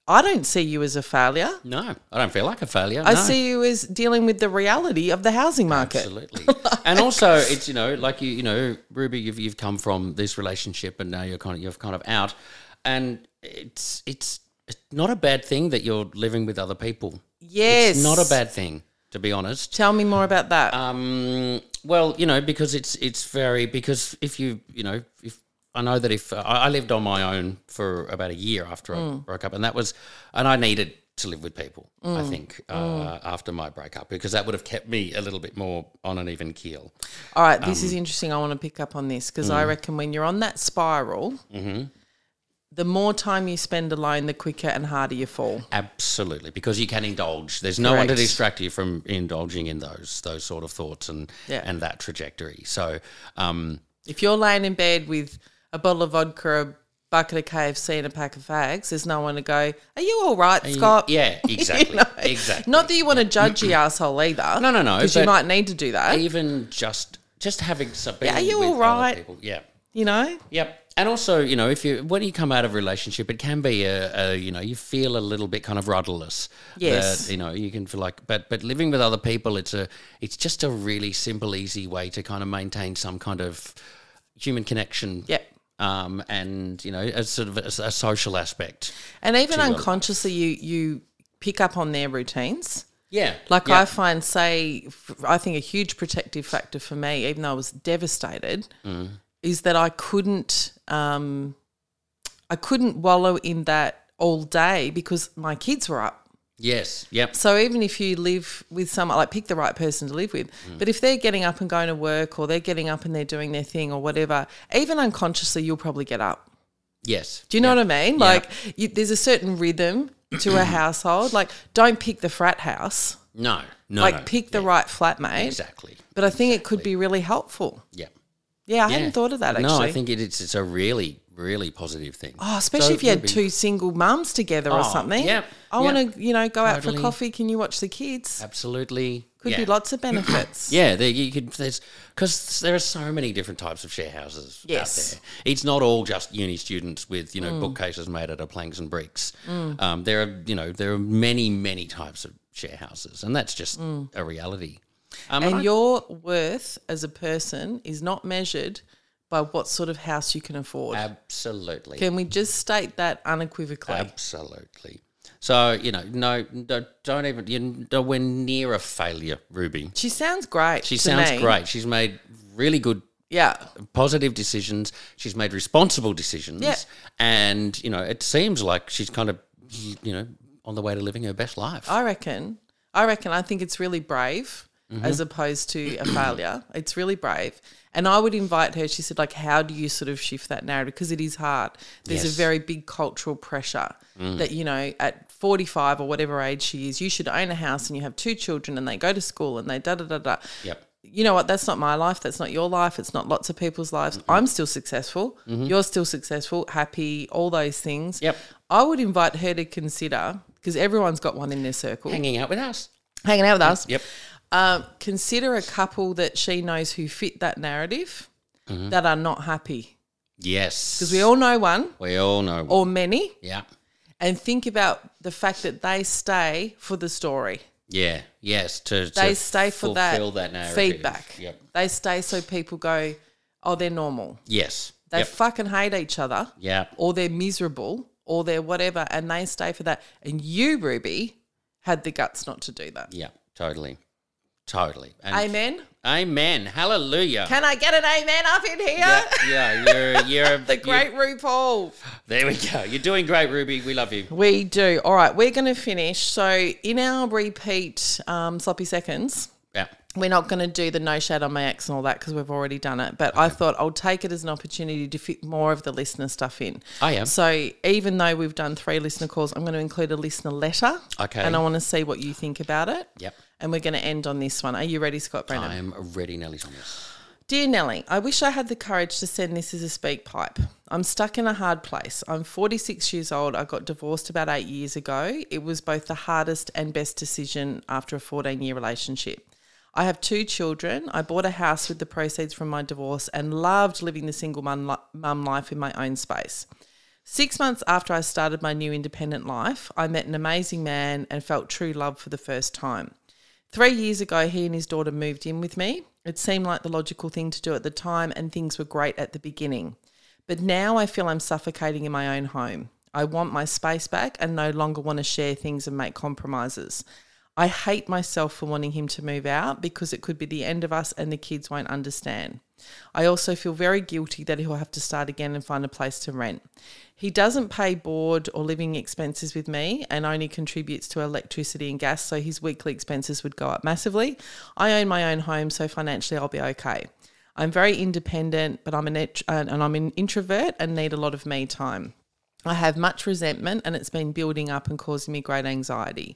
A: I don't see you as a failure.
D: No, I don't feel like a failure.
A: I
D: no.
A: see you as dealing with the reality of the housing market.
D: Absolutely. and also, it's you know, like you, you know, Ruby, you've you've come from this relationship, and now you're kind of you're kind of out, and it's it's it's not a bad thing that you're living with other people.
A: Yes.
D: It's not a bad thing, to be honest.
A: Tell me more about that.
D: Um, well, you know, because it's it's very because if you you know if I know that if I, I lived on my own for about a year after I
A: Mm.
D: broke up, and that was and I needed to live with people.
A: Mm.
D: I think uh, after my breakup because that would have kept me a little bit more on an even keel.
A: All right, this
D: um,
A: is interesting. I want to pick up on this because
D: mm.
A: I reckon when you're on that spiral,
D: Mm-hmm.
A: the more time you spend alone, the quicker and harder you fall.
D: Absolutely, because you can indulge. There's no one to
A: Correct.
D: distract you from indulging in those those sort of thoughts and
A: Yeah.
D: and that trajectory. So, um,
A: If you're laying in bed with a bottle of vodka, a bucket of KFC, and a pack of fags, there's no one to go, Are you all right, Scott?
D: yeah, exactly,
A: know?
D: exactly.
A: Not that you want to judge your asshole either.
D: No, no, no,
A: Because you might
D: but-
A: need to do that.
D: even just just having some.
A: Yeah, are
D: being
A: you
D: with
A: all
D: other
A: right?
D: people. Yeah.
A: you know?
D: Yep. And also, you know, if you when you come out of a relationship, it can be a, a you know you feel a little bit kind of rudderless.
A: Yes.
D: That, you know, you can feel like, but but living with other people, it's a it's just a really simple, easy way to kind of maintain some kind of human connection.
A: Yep.
D: Um, and you know, a sort of a, a social aspect.
A: And even unconsciously, you, you pick up on their routines.
D: Yeah.
A: Like
D: yeah.
A: I find, say, f- I think a huge protective factor for me, even though I was devastated,
D: Mm.
A: is that I couldn't, um, I couldn't wallow in that all day because my kids were up.
D: Yes. Yep.
A: So even if you live with someone, like pick the right person to live with,
D: Mm.
A: but if they're getting up and going to work, or they're getting up and they're doing their thing, or whatever, even unconsciously, you'll probably get up.
D: Yes.
A: Do you know what I mean? Like, you, there's a certain rhythm to a household. Like, don't pick the frat house.
D: No. No.
A: like,
D: no.
A: pick the right flatmate.
D: Exactly.
A: But I think it could be really helpful.
D: Yeah.
A: Yeah, I
D: Yeah.
A: hadn't thought of that actually.
D: No, I think it, it's it's a really really positive thing.
A: Oh, especially
D: So
A: if you had
D: Ruby-
A: two single mums together or
D: Oh,
A: something.
D: yep,
A: I
D: yep.
A: want to, you know, go out for
D: Totally.
A: coffee. Can you watch the kids?
D: Absolutely,
A: Could
D: yeah.
A: be lots of benefits.
D: Yeah, there you could there's because there are so many different types of share houses.
A: Yes. Mm.
D: out there. it's not all just uni students with you know bookcases made out of planks and bricks. Um, there are you know there are many many types of share houses, and that's just a reality. Um,
A: Mm. And
D: I-
A: your worth as a person is not measured by what sort of house you can afford.
D: absolutely,
A: Can we just state that unequivocally?
D: absolutely. So you know, no, don't, don't even you're nowhere near a failure, Ruby.
A: she sounds great.
D: She
A: to
D: sounds
A: me.
D: great. She's made really good,
A: Yeah.
D: positive decisions. She's made responsible decisions.
A: Yeah.
D: And, you know, it seems like she's kind of, you know, on the way to living her best life.
A: I reckon. I reckon. I think it's really brave
D: Mm-hmm.
A: as opposed to a failure. It's really brave. And I would invite her. She said, like, how do you sort of shift that narrative? Because it is hard. There's
D: Yes. Mm.
A: a very big cultural pressure that, you know, at 45 or whatever age she is, you should own a house and you have two children and they go to school and they da da da da.
D: Yep.
A: You know what? That's not my life. That's not your life. It's not lots of people's lives.
D: Mm-hmm.
A: I'm still successful. You're still successful, happy, all those things.
D: Yep.
A: I would invite her to consider, because everyone's got one in their circle
D: Hanging out with us.
A: hanging out with us.
D: Yep.
A: Um, consider a couple that she knows who fit that narrative
D: Mm-hmm.
A: that are not happy.
D: Yes.
A: Because we all know one
D: we all know.
A: or many,
D: yeah.
A: and think about the fact that they stay for the story.
D: Yeah. Yes. To, to
A: They stay for that,
D: fulfill that narrative.
A: feedback.
D: Yep.
A: They stay so people go, oh, they're normal.
D: Yes.
A: They
D: yep.
A: fucking hate each other,
D: Yep.
A: or they're miserable, or they're whatever, and they stay for that. And you, Ruby, had the guts not to do that.
D: Yep. Totally. Totally. And
A: Amen.
D: Amen. Hallelujah.
A: Can I get an amen up in here?
D: yeah, yeah, you're, you're
A: the great RuPaul.
D: There we go. You're doing great, Ruby. We love you.
A: We do. All right, we're going to finish. So, in our repeat um, sloppy seconds,
D: Yeah.
A: we're not going to do the no shade on my ex and all that because we've already done it. But I thought I'll take it as an opportunity to fit more of the listener stuff in.
D: I am.
A: So, even though we've done three listener calls, I'm going to include a listener letter.
D: Okay.
A: And I want to see what you think about it.
D: Yep.
A: And we're going to end on this one. Are you ready, Scott Brennan?
D: I am ready, Nelly Thomas.
A: Dear Nellie, I wish I had the courage to send this as a speak pipe. I'm stuck in a hard place. I'm 46 years old. I got divorced about eight years ago. It was both the hardest and best decision after a 14 year relationship. I have two children. I bought a house with the proceeds from my divorce and loved living the single mum li- mum life in my own space. Six months after I started my new independent life, I met an amazing man and felt true love for the first time. Three years ago, he and his daughter moved in with me. It seemed like the logical thing to do at the time, and things were great at the beginning. But now I feel I'm suffocating in my own home. I want my space back and no longer want to share things and make compromises. I hate myself for wanting him to move out because it could be the end of us and the kids won't understand. I also feel very guilty that he'll have to start again and find a place to rent. He doesn't pay board or living expenses with me and only contributes to electricity and gas, so his weekly expenses would go up massively. I own my own home, so financially I'll be okay. I'm very independent, but I'm an et- and I'm an introvert and need a lot of me time. I have much resentment and it's been building up and causing me great anxiety.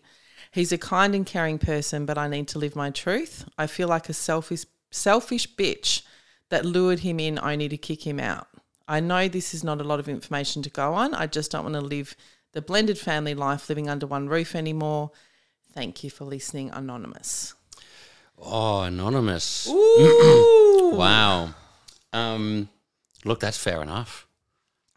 A: He's a kind and caring person, but I need to live my truth. I feel like a selfish selfish bitch that lured him in only to kick him out. I know this is not a lot of information to go on. I just don't want to live the blended family life living under one roof anymore. Thank you for listening, Anonymous.
D: Oh, anonymous.
A: Ooh,
D: Wow. Um, look, that's fair enough.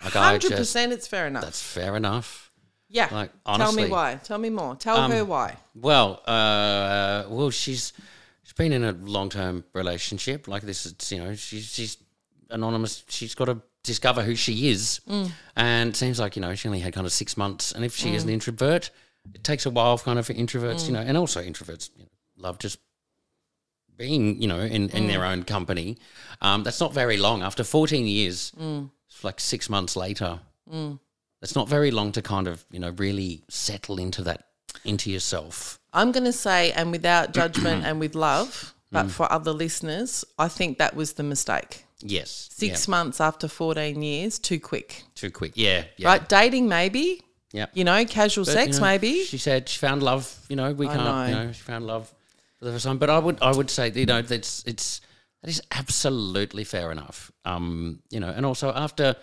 D: Like I
A: hundred
D: just,
A: percent. It's fair enough.
D: that's fair enough.
A: yeah.
D: like,
A: Tell
D: honestly. Um,
A: me why. Tell me more. Tell her why.
D: Well, uh, well, she's she's been in a long term relationship. Like this is, you know, she's she's anonymous. She's got to discover who she is, and it seems like you know she only had kind of six months. And if she is an introvert, it takes a while, kind of, for introverts, you know, and also introverts you know, love just being, you know, in in their own company. Um, that's not very long. After fourteen years, it's like six months later. That's not very long to kind of, you know, really settle into that into yourself.
A: I'm going to say, and without judgment and with love, but
D: Mm.
A: for other listeners, I think that was the mistake.
D: Yes.
A: Six
D: yeah.
A: months after 14 years, too quick.
D: Too quick. Yeah. yeah.
A: Right? Dating, maybe.
D: Yeah.
A: You know, casual
D: But, you
A: sex,
D: know,
A: maybe.
D: She said she found love. You know, we
A: I
D: can't.
A: know.
D: You know, she found love for the first time. But I would, I would say, you know, that's it's that is absolutely fair enough. Um, you know, and also after.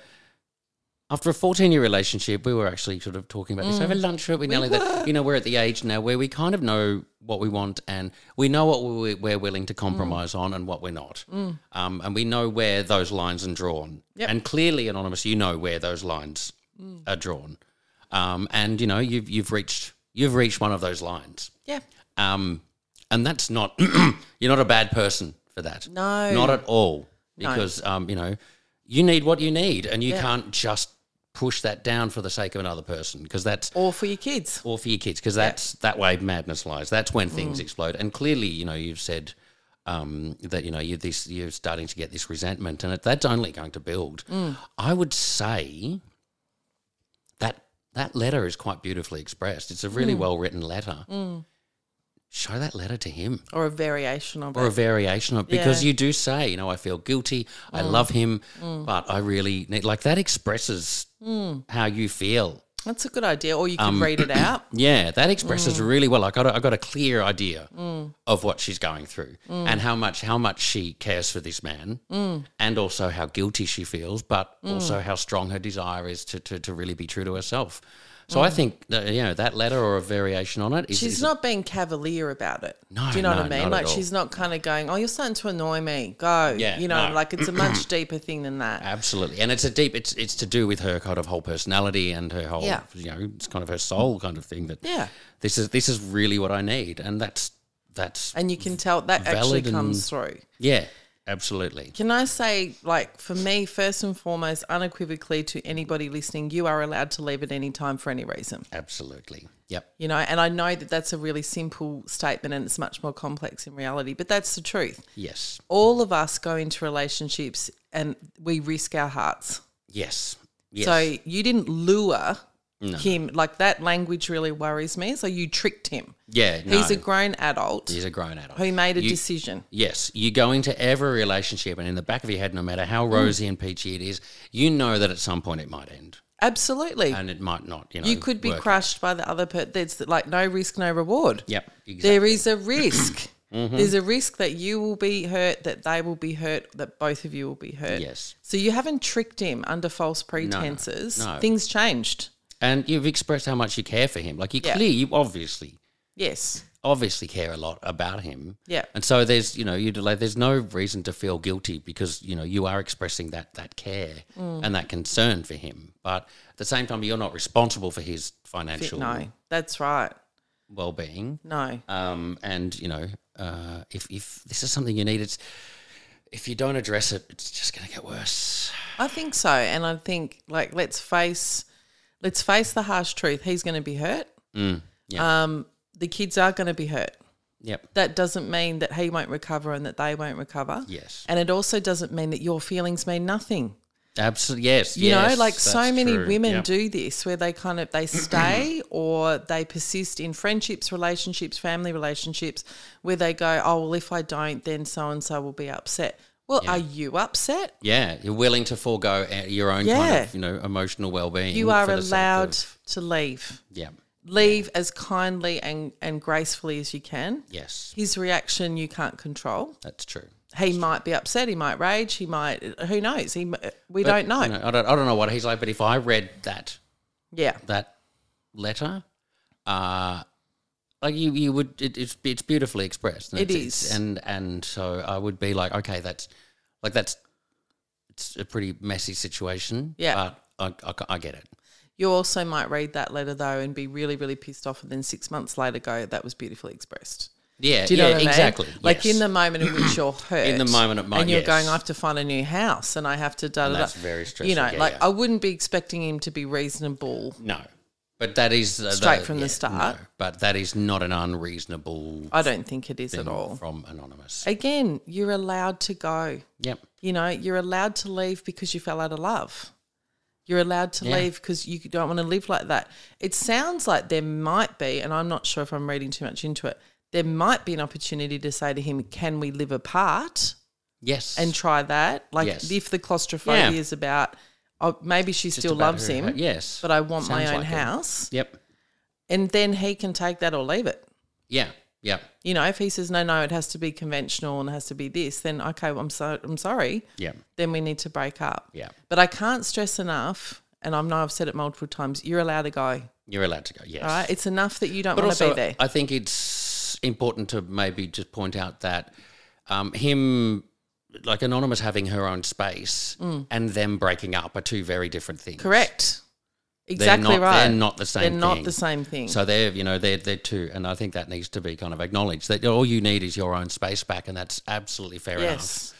D: After a 14 year relationship, we were actually sort of talking about
A: Mm.
D: this over lunch, weren't we, Nelly? That, you know, we're at the age now where we kind of know what we want and we know what we- we're willing to compromise
A: Mm.
D: on and what we're not. Um, and we know where those lines are drawn. And clearly, Anonymous, you know where those lines
A: Mm.
D: are drawn. Um, and, you know, you've, you've, reached, you've reached one of those lines.
A: yeah.
D: Um, and that's not you're not a bad person for that.
A: No.
D: not at all. Because um, you know, you need what you need, and you can't just push that down for the sake of another person. Because that's
A: Or for your kids.
D: or for your kids because that's that way madness lies. That's when things explode. And clearly, you know, you've said um, that you know you this you're starting to get this resentment, and it, that's only going to build. I would say that that letter is quite beautifully expressed. It's a really well written letter. Show that letter to him
A: Or a variation of
D: or a
A: it.
D: variation of because
A: Yeah.
D: you do say, you know, I feel guilty, I love him, but I really need like that expresses how you feel
A: That's a good idea. Or you
D: Um,
A: can read it out.
D: yeah, that expresses
A: Mm.
D: really well. I got a, I got a clear idea of what she's going through
A: Mm.
D: and how much how much she cares for this man, and also how guilty she feels, but
A: Mm.
D: also how strong her desire is to to, to really be true to herself. So I think that, you know that letter or a variation on it is,
A: Mm. She's
D: is-
A: not being cavalier about it.
D: No,
A: Do you know
D: no,
A: what I mean?
D: not at
A: Like
D: all.
A: she's not kind of going, "Oh, you're starting to annoy me. Go."
D: Yeah,
A: You know,
D: no.
A: like it's a much deeper thing than that.
D: absolutely, and it's a deep it's it's to do with her kind of whole personality and her whole
A: Yeah.
D: you know it's kind of her soul kind of thing that
A: Yeah.
D: this is this is really what I need, and that's that's
A: And you can tell that actually
D: Valid and-
A: comes through.
D: yeah, absolutely.
A: Can I say, like, for me, first and foremost, unequivocally to anybody listening, you are allowed to leave at any time for any reason.
D: Absolutely. Yep.
A: You know, and I know that that's a really simple statement and it's much more complex in reality, but that's the truth.
D: Yes.
A: All of us go into relationships and we risk our hearts.
D: Yes. Yes.
A: So you didn't lure him. Like, that language really worries me. So you tricked him.
D: yeah, no.
A: He's a grown adult
D: He's a grown adult.
A: who made a
D: You-
A: decision.
D: Yes, you go into every relationship, and in the back of your head, no matter how
A: Mm.
D: rosy and peachy it is, you know that at some point it might end,
A: Absolutely.
D: and it might not. You know,
A: you could be
D: work out.
A: crushed by the other person. There's like no risk, no reward.
D: Yep. Exactly. Mm-hmm.
A: There is a risk. There's a risk that you will be hurt, that they will be hurt, that both of you will be hurt.
D: Yes.
A: So you haven't tricked him under false pretenses.
D: no.
A: Things changed.
D: And you've expressed how much you care for him. Like you
A: Yeah.
D: clear, you obviously,
A: Yes.
D: obviously care a lot about him.
A: Yeah.
D: And so there's, you know, you like there's no reason to feel guilty because you know you are expressing that that care
A: Mm.
D: and that concern for him. But at the same time, you're not responsible for his financial
A: No, that's right.
D: well-being.
A: No.
D: Um, and you know, uh, if if this is something you need, it's if you don't address it, it's just going to get worse.
A: I think so, and I think like let's face let's face the harsh truth. He's going to be hurt.
D: Mm, yeah.
A: Um, the kids are going to be hurt.
D: Yep.
A: That doesn't mean that he won't recover and that they won't recover.
D: Yes.
A: And it also doesn't mean that your feelings mean nothing.
D: Absolutely. Yes.
A: You know,
D: yes,
A: like so
D: that's
A: many
D: true.
A: women
D: Yep.
A: do this where they kind of they stay or they persist in friendships, relationships, family relationships where they go, "Oh, well if I don't, then so and so will be upset." Well, are you upset?
D: Yeah, you're willing to forego uh, your own kind
A: Yeah.
D: of, you know, emotional well-being.
A: You are
D: for the sake
A: allowed
D: of-
A: to leave.
D: yeah.
A: leave as kindly and, and gracefully as you can.
D: Yes,
A: His reaction you can't control.
D: that's true.
A: He might be upset. He might rage. He might. Who knows? He. m- We
D: But,
A: don't know.
D: you I don't. I don't know what he's like. But if I read that
A: Yeah.
D: that letter, uh like you, you would. It, it's it's beautifully expressed. And
A: It
D: it's- it's-
A: is.
D: and and so I would be like, okay, that's like that's it's a pretty messy situation.
A: Yeah.
D: but I, I, I get it.
A: You also might read that letter though and be really really pissed off, and then six months later go, "That was beautifully expressed."
D: Yeah,
A: Do you know
D: Uh,
A: what
D: yeah,
A: I mean?
D: exactly.
A: Like
D: yes.
A: in the moment in which you're hurt,
D: In the moment it might-
A: and you're
D: yes.
A: going, I have to find a new house, and I have to da da da.
D: that's very stressful,
A: You know,
D: yeah,
A: like
D: yeah.
A: I wouldn't be expecting him to be reasonable.
D: No, but that is uh,
A: Straight from the
D: yeah,
A: start.
D: no, but that is not an unreasonable
A: I don't think it is
D: thing
A: at all.
D: from anonymous.
A: Again, you're allowed to go.
D: Yep.
A: you know, you're allowed to leave because you fell out of love. You're allowed to
D: Yeah.
A: leave because you don't want to live like that. It sounds like there might be, and I'm not sure if I'm reading too much into it, there might be an opportunity to say to him, Can we live apart
D: Yes.
A: and try that? Like,
D: Yes.
A: if the claustrophobia
D: Yeah.
A: is about, oh, maybe she
D: Just
A: still
D: about
A: loves
D: her-
A: him,
D: her- yes.
A: but I want my
D: Sounds
A: own
D: like it.
A: house,
D: Yep.
A: and then he can take that or leave it.
D: Yeah. Yep.
A: You know, if he says, No, no, it has to be conventional and it has to be this, then okay, well, I'm, so, I'm sorry,
D: Yep.
A: then we need to break up.
D: Yep.
A: But I can't stress enough, and I know I've said it multiple times, you're allowed to go.
D: You're allowed to go. Yes.
A: All right. It's enough that you don't
D: But
A: want to
D: also,
A: be there.
D: I think it's important to maybe just point out that um, him, like anonymous, having her own space and them breaking up are two very different things.
A: Mm. Correct.
D: They're
A: Exactly
D: not-
A: right.
D: They're not the same.
A: They're
D: thing.
A: not the same thing.
D: So they're you know they're they're two, and I think that needs to be kind of acknowledged that all you need is your own space back, and that's absolutely fair
A: yes.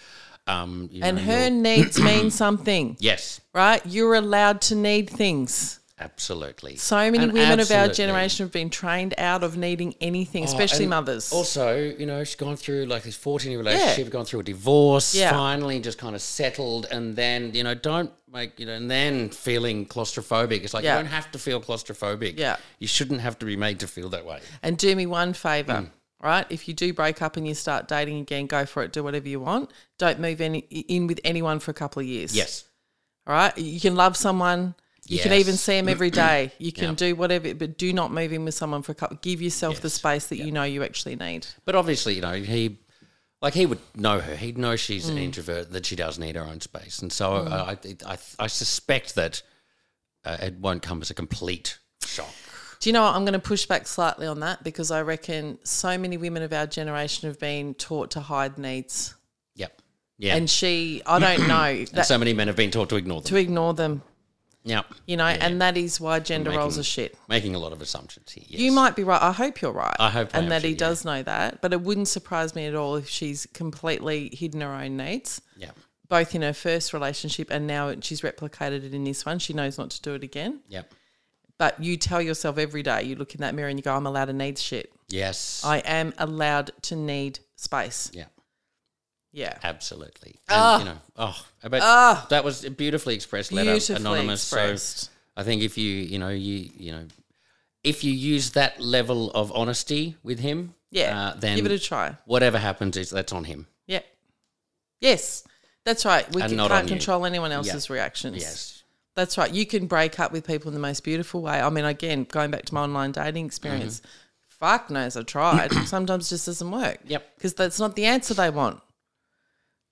D: enough. Um, you
A: And
D: know,
A: her
D: you're-
A: needs mean something,
D: yes,
A: right? You're allowed to need things.
D: absolutely.
A: So many
D: And
A: women of our
D: absolutely.
A: generation have been trained out of needing anything,
D: Oh,
A: especially
D: and
A: mothers.
D: Also, you know, she's gone through like this 14 year relationship, gone through a divorce,
A: Yeah.
D: finally just kind of settled. And then, you know, don't make, you know, and then feeling claustrophobic. It's like
A: Yeah.
D: you don't have to feel claustrophobic.
A: Yeah.
D: You shouldn't have to be made to feel that way.
A: And do me one favor,
D: Mm.
A: right? If you do break up and you start dating again, go for it. Do whatever you want. Don't move any, in with anyone for a couple of years.
D: Yes.
A: All right. You can love someone. You can
D: Yes.
A: even see them every day. You can
D: Yeah.
A: do whatever, but do not move in with someone for a couple. Give yourself the
D: Yes.
A: space that you know you actually need.
D: But obviously, you know, he, like, he would know her. He'd know she's
A: Mm.
D: an introvert, that she does need her own space. And so uh, I, I, I suspect that uh, it won't come as a complete shock.
A: Do you know what? I'm going to push back slightly on that because I reckon so many women of our generation have been taught to hide needs.
D: Yep. Yeah.
A: And
D: And,
A: she, I don't know, that,
D: so many men have been taught to ignore them.
A: to ignore them,
D: yep.
A: you know, and that is why gender
D: Making-
A: roles are shit.
D: making a lot of assumptions here. Yes.
A: You might be right. I hope you're right.
D: I hope I
A: and
D: am
A: that he
D: too, yeah.
A: does know that. But it wouldn't surprise me at all if she's completely hidden her own needs,
D: Yeah.
A: both in her first relationship and now she's replicated it in this one. She knows not to do it again.
D: Yep.
A: But you tell yourself every day, you look in that mirror and you go, I'm allowed to need shit.
D: Yes.
A: I am allowed to need space.
D: Yeah.
A: Yeah.
D: Absolutely. And,
A: Ah.
D: you know, oh, but that was a beautifully expressed letter,
A: Beautifully
D: anonymous. uh,
A: expressed.
D: So I think if you, you know, you, you know, if you use that level of honesty with him,
A: Yeah.
D: uh, then
A: Give it a try.
D: Whatever happens is that's on him.
A: Yeah. Yes. That's right. We
D: And
A: can,
D: not on
A: can't
D: you.
A: control anyone else's reactions.
D: Yes.
A: That's right. You can break up with people in the most beautiful way. I mean, again, going back to my online dating experience,
I: fuck knows I tried. Sometimes it just doesn't work.
D: Mm-hmm. Yep.
I: Because that's not the answer they want.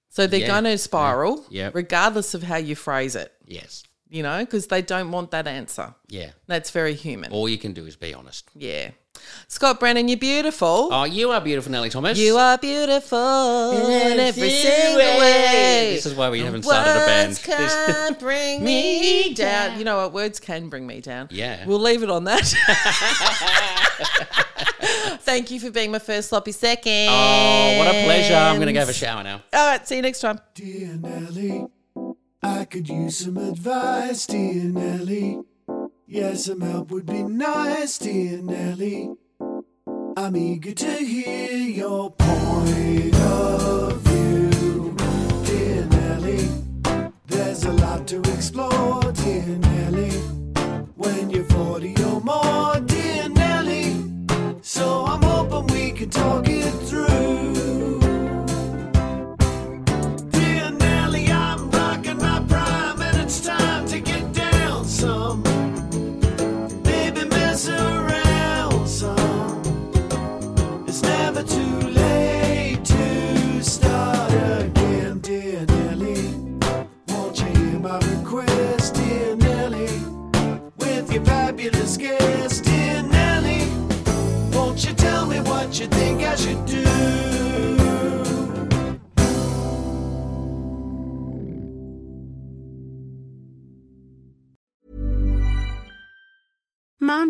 I: So they're
D: Yeah.
I: going to spiral,
D: Yeah.
I: regardless of how you phrase it,
D: Yes.
I: you know, because they don't want that answer.
D: Yeah.
I: That's very human.
D: All you can do is be honest.
I: Yeah. Scott Brennan, you're beautiful.
D: Oh, you are beautiful, Nellie Thomas.
I: You are beautiful in every single way.
D: This is why we haven't started a band.
I: Words
D: This-
I: can't bring me down. You know what? Words can bring me down.
D: Yeah.
I: We'll leave it on that. Thank you for being my first sloppy second.
D: oh, what a pleasure. I'm going to go have a shower now.
I: All right, see you next time.
B: Dear Nelly, E. I could use some advice, dear Nelly. E. Yeah, some help would be nice, dear Nelly. E. I'm eager to hear your point of view, dear Nelly. E. There's a lot to explore, dear Nelly. E. When you're 40 or more, dear Nelly. E. So I'm hoping we can talk it through. Dear Nelly, I'm rocking my prime, and it's time to get down some. Maybe mess around some. It's never too late to start again, dear Nelly. Won't you hear my request, dear Nelly? With your fabulous guest, dear Nelly. Won't you tell me what you think I should do?
F: Mom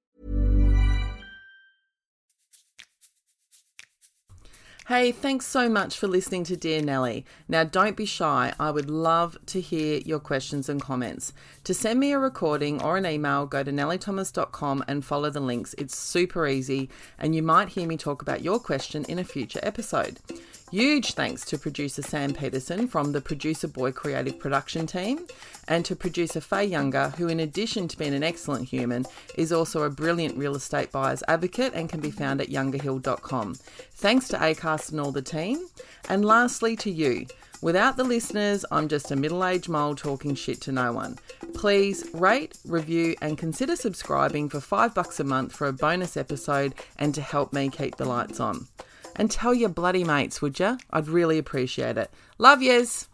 A: Hey, thanks so much for listening to Dear Nelly. Now, don't be shy. I would love to hear your questions and comments. To send me a recording or an email, go to nellythomas.com and follow the links. It's super easy, and you might hear me talk about your question in a future episode. Huge thanks to producer Sam Peterson from the Producer Boy Creative Production team and to producer Faye Younger, who, in addition to being an excellent human, is also a brilliant real estate buyer's advocate and can be found at youngerhill.com. Thanks to ACAST and all the team. And lastly, to you. Without the listeners, I'm just a middle aged mole talking shit to no one. Please rate, review, and consider subscribing for five bucks a month for a bonus episode and to help me keep the lights on. And tell your bloody mates, would ya? I'd really appreciate it. Love yous.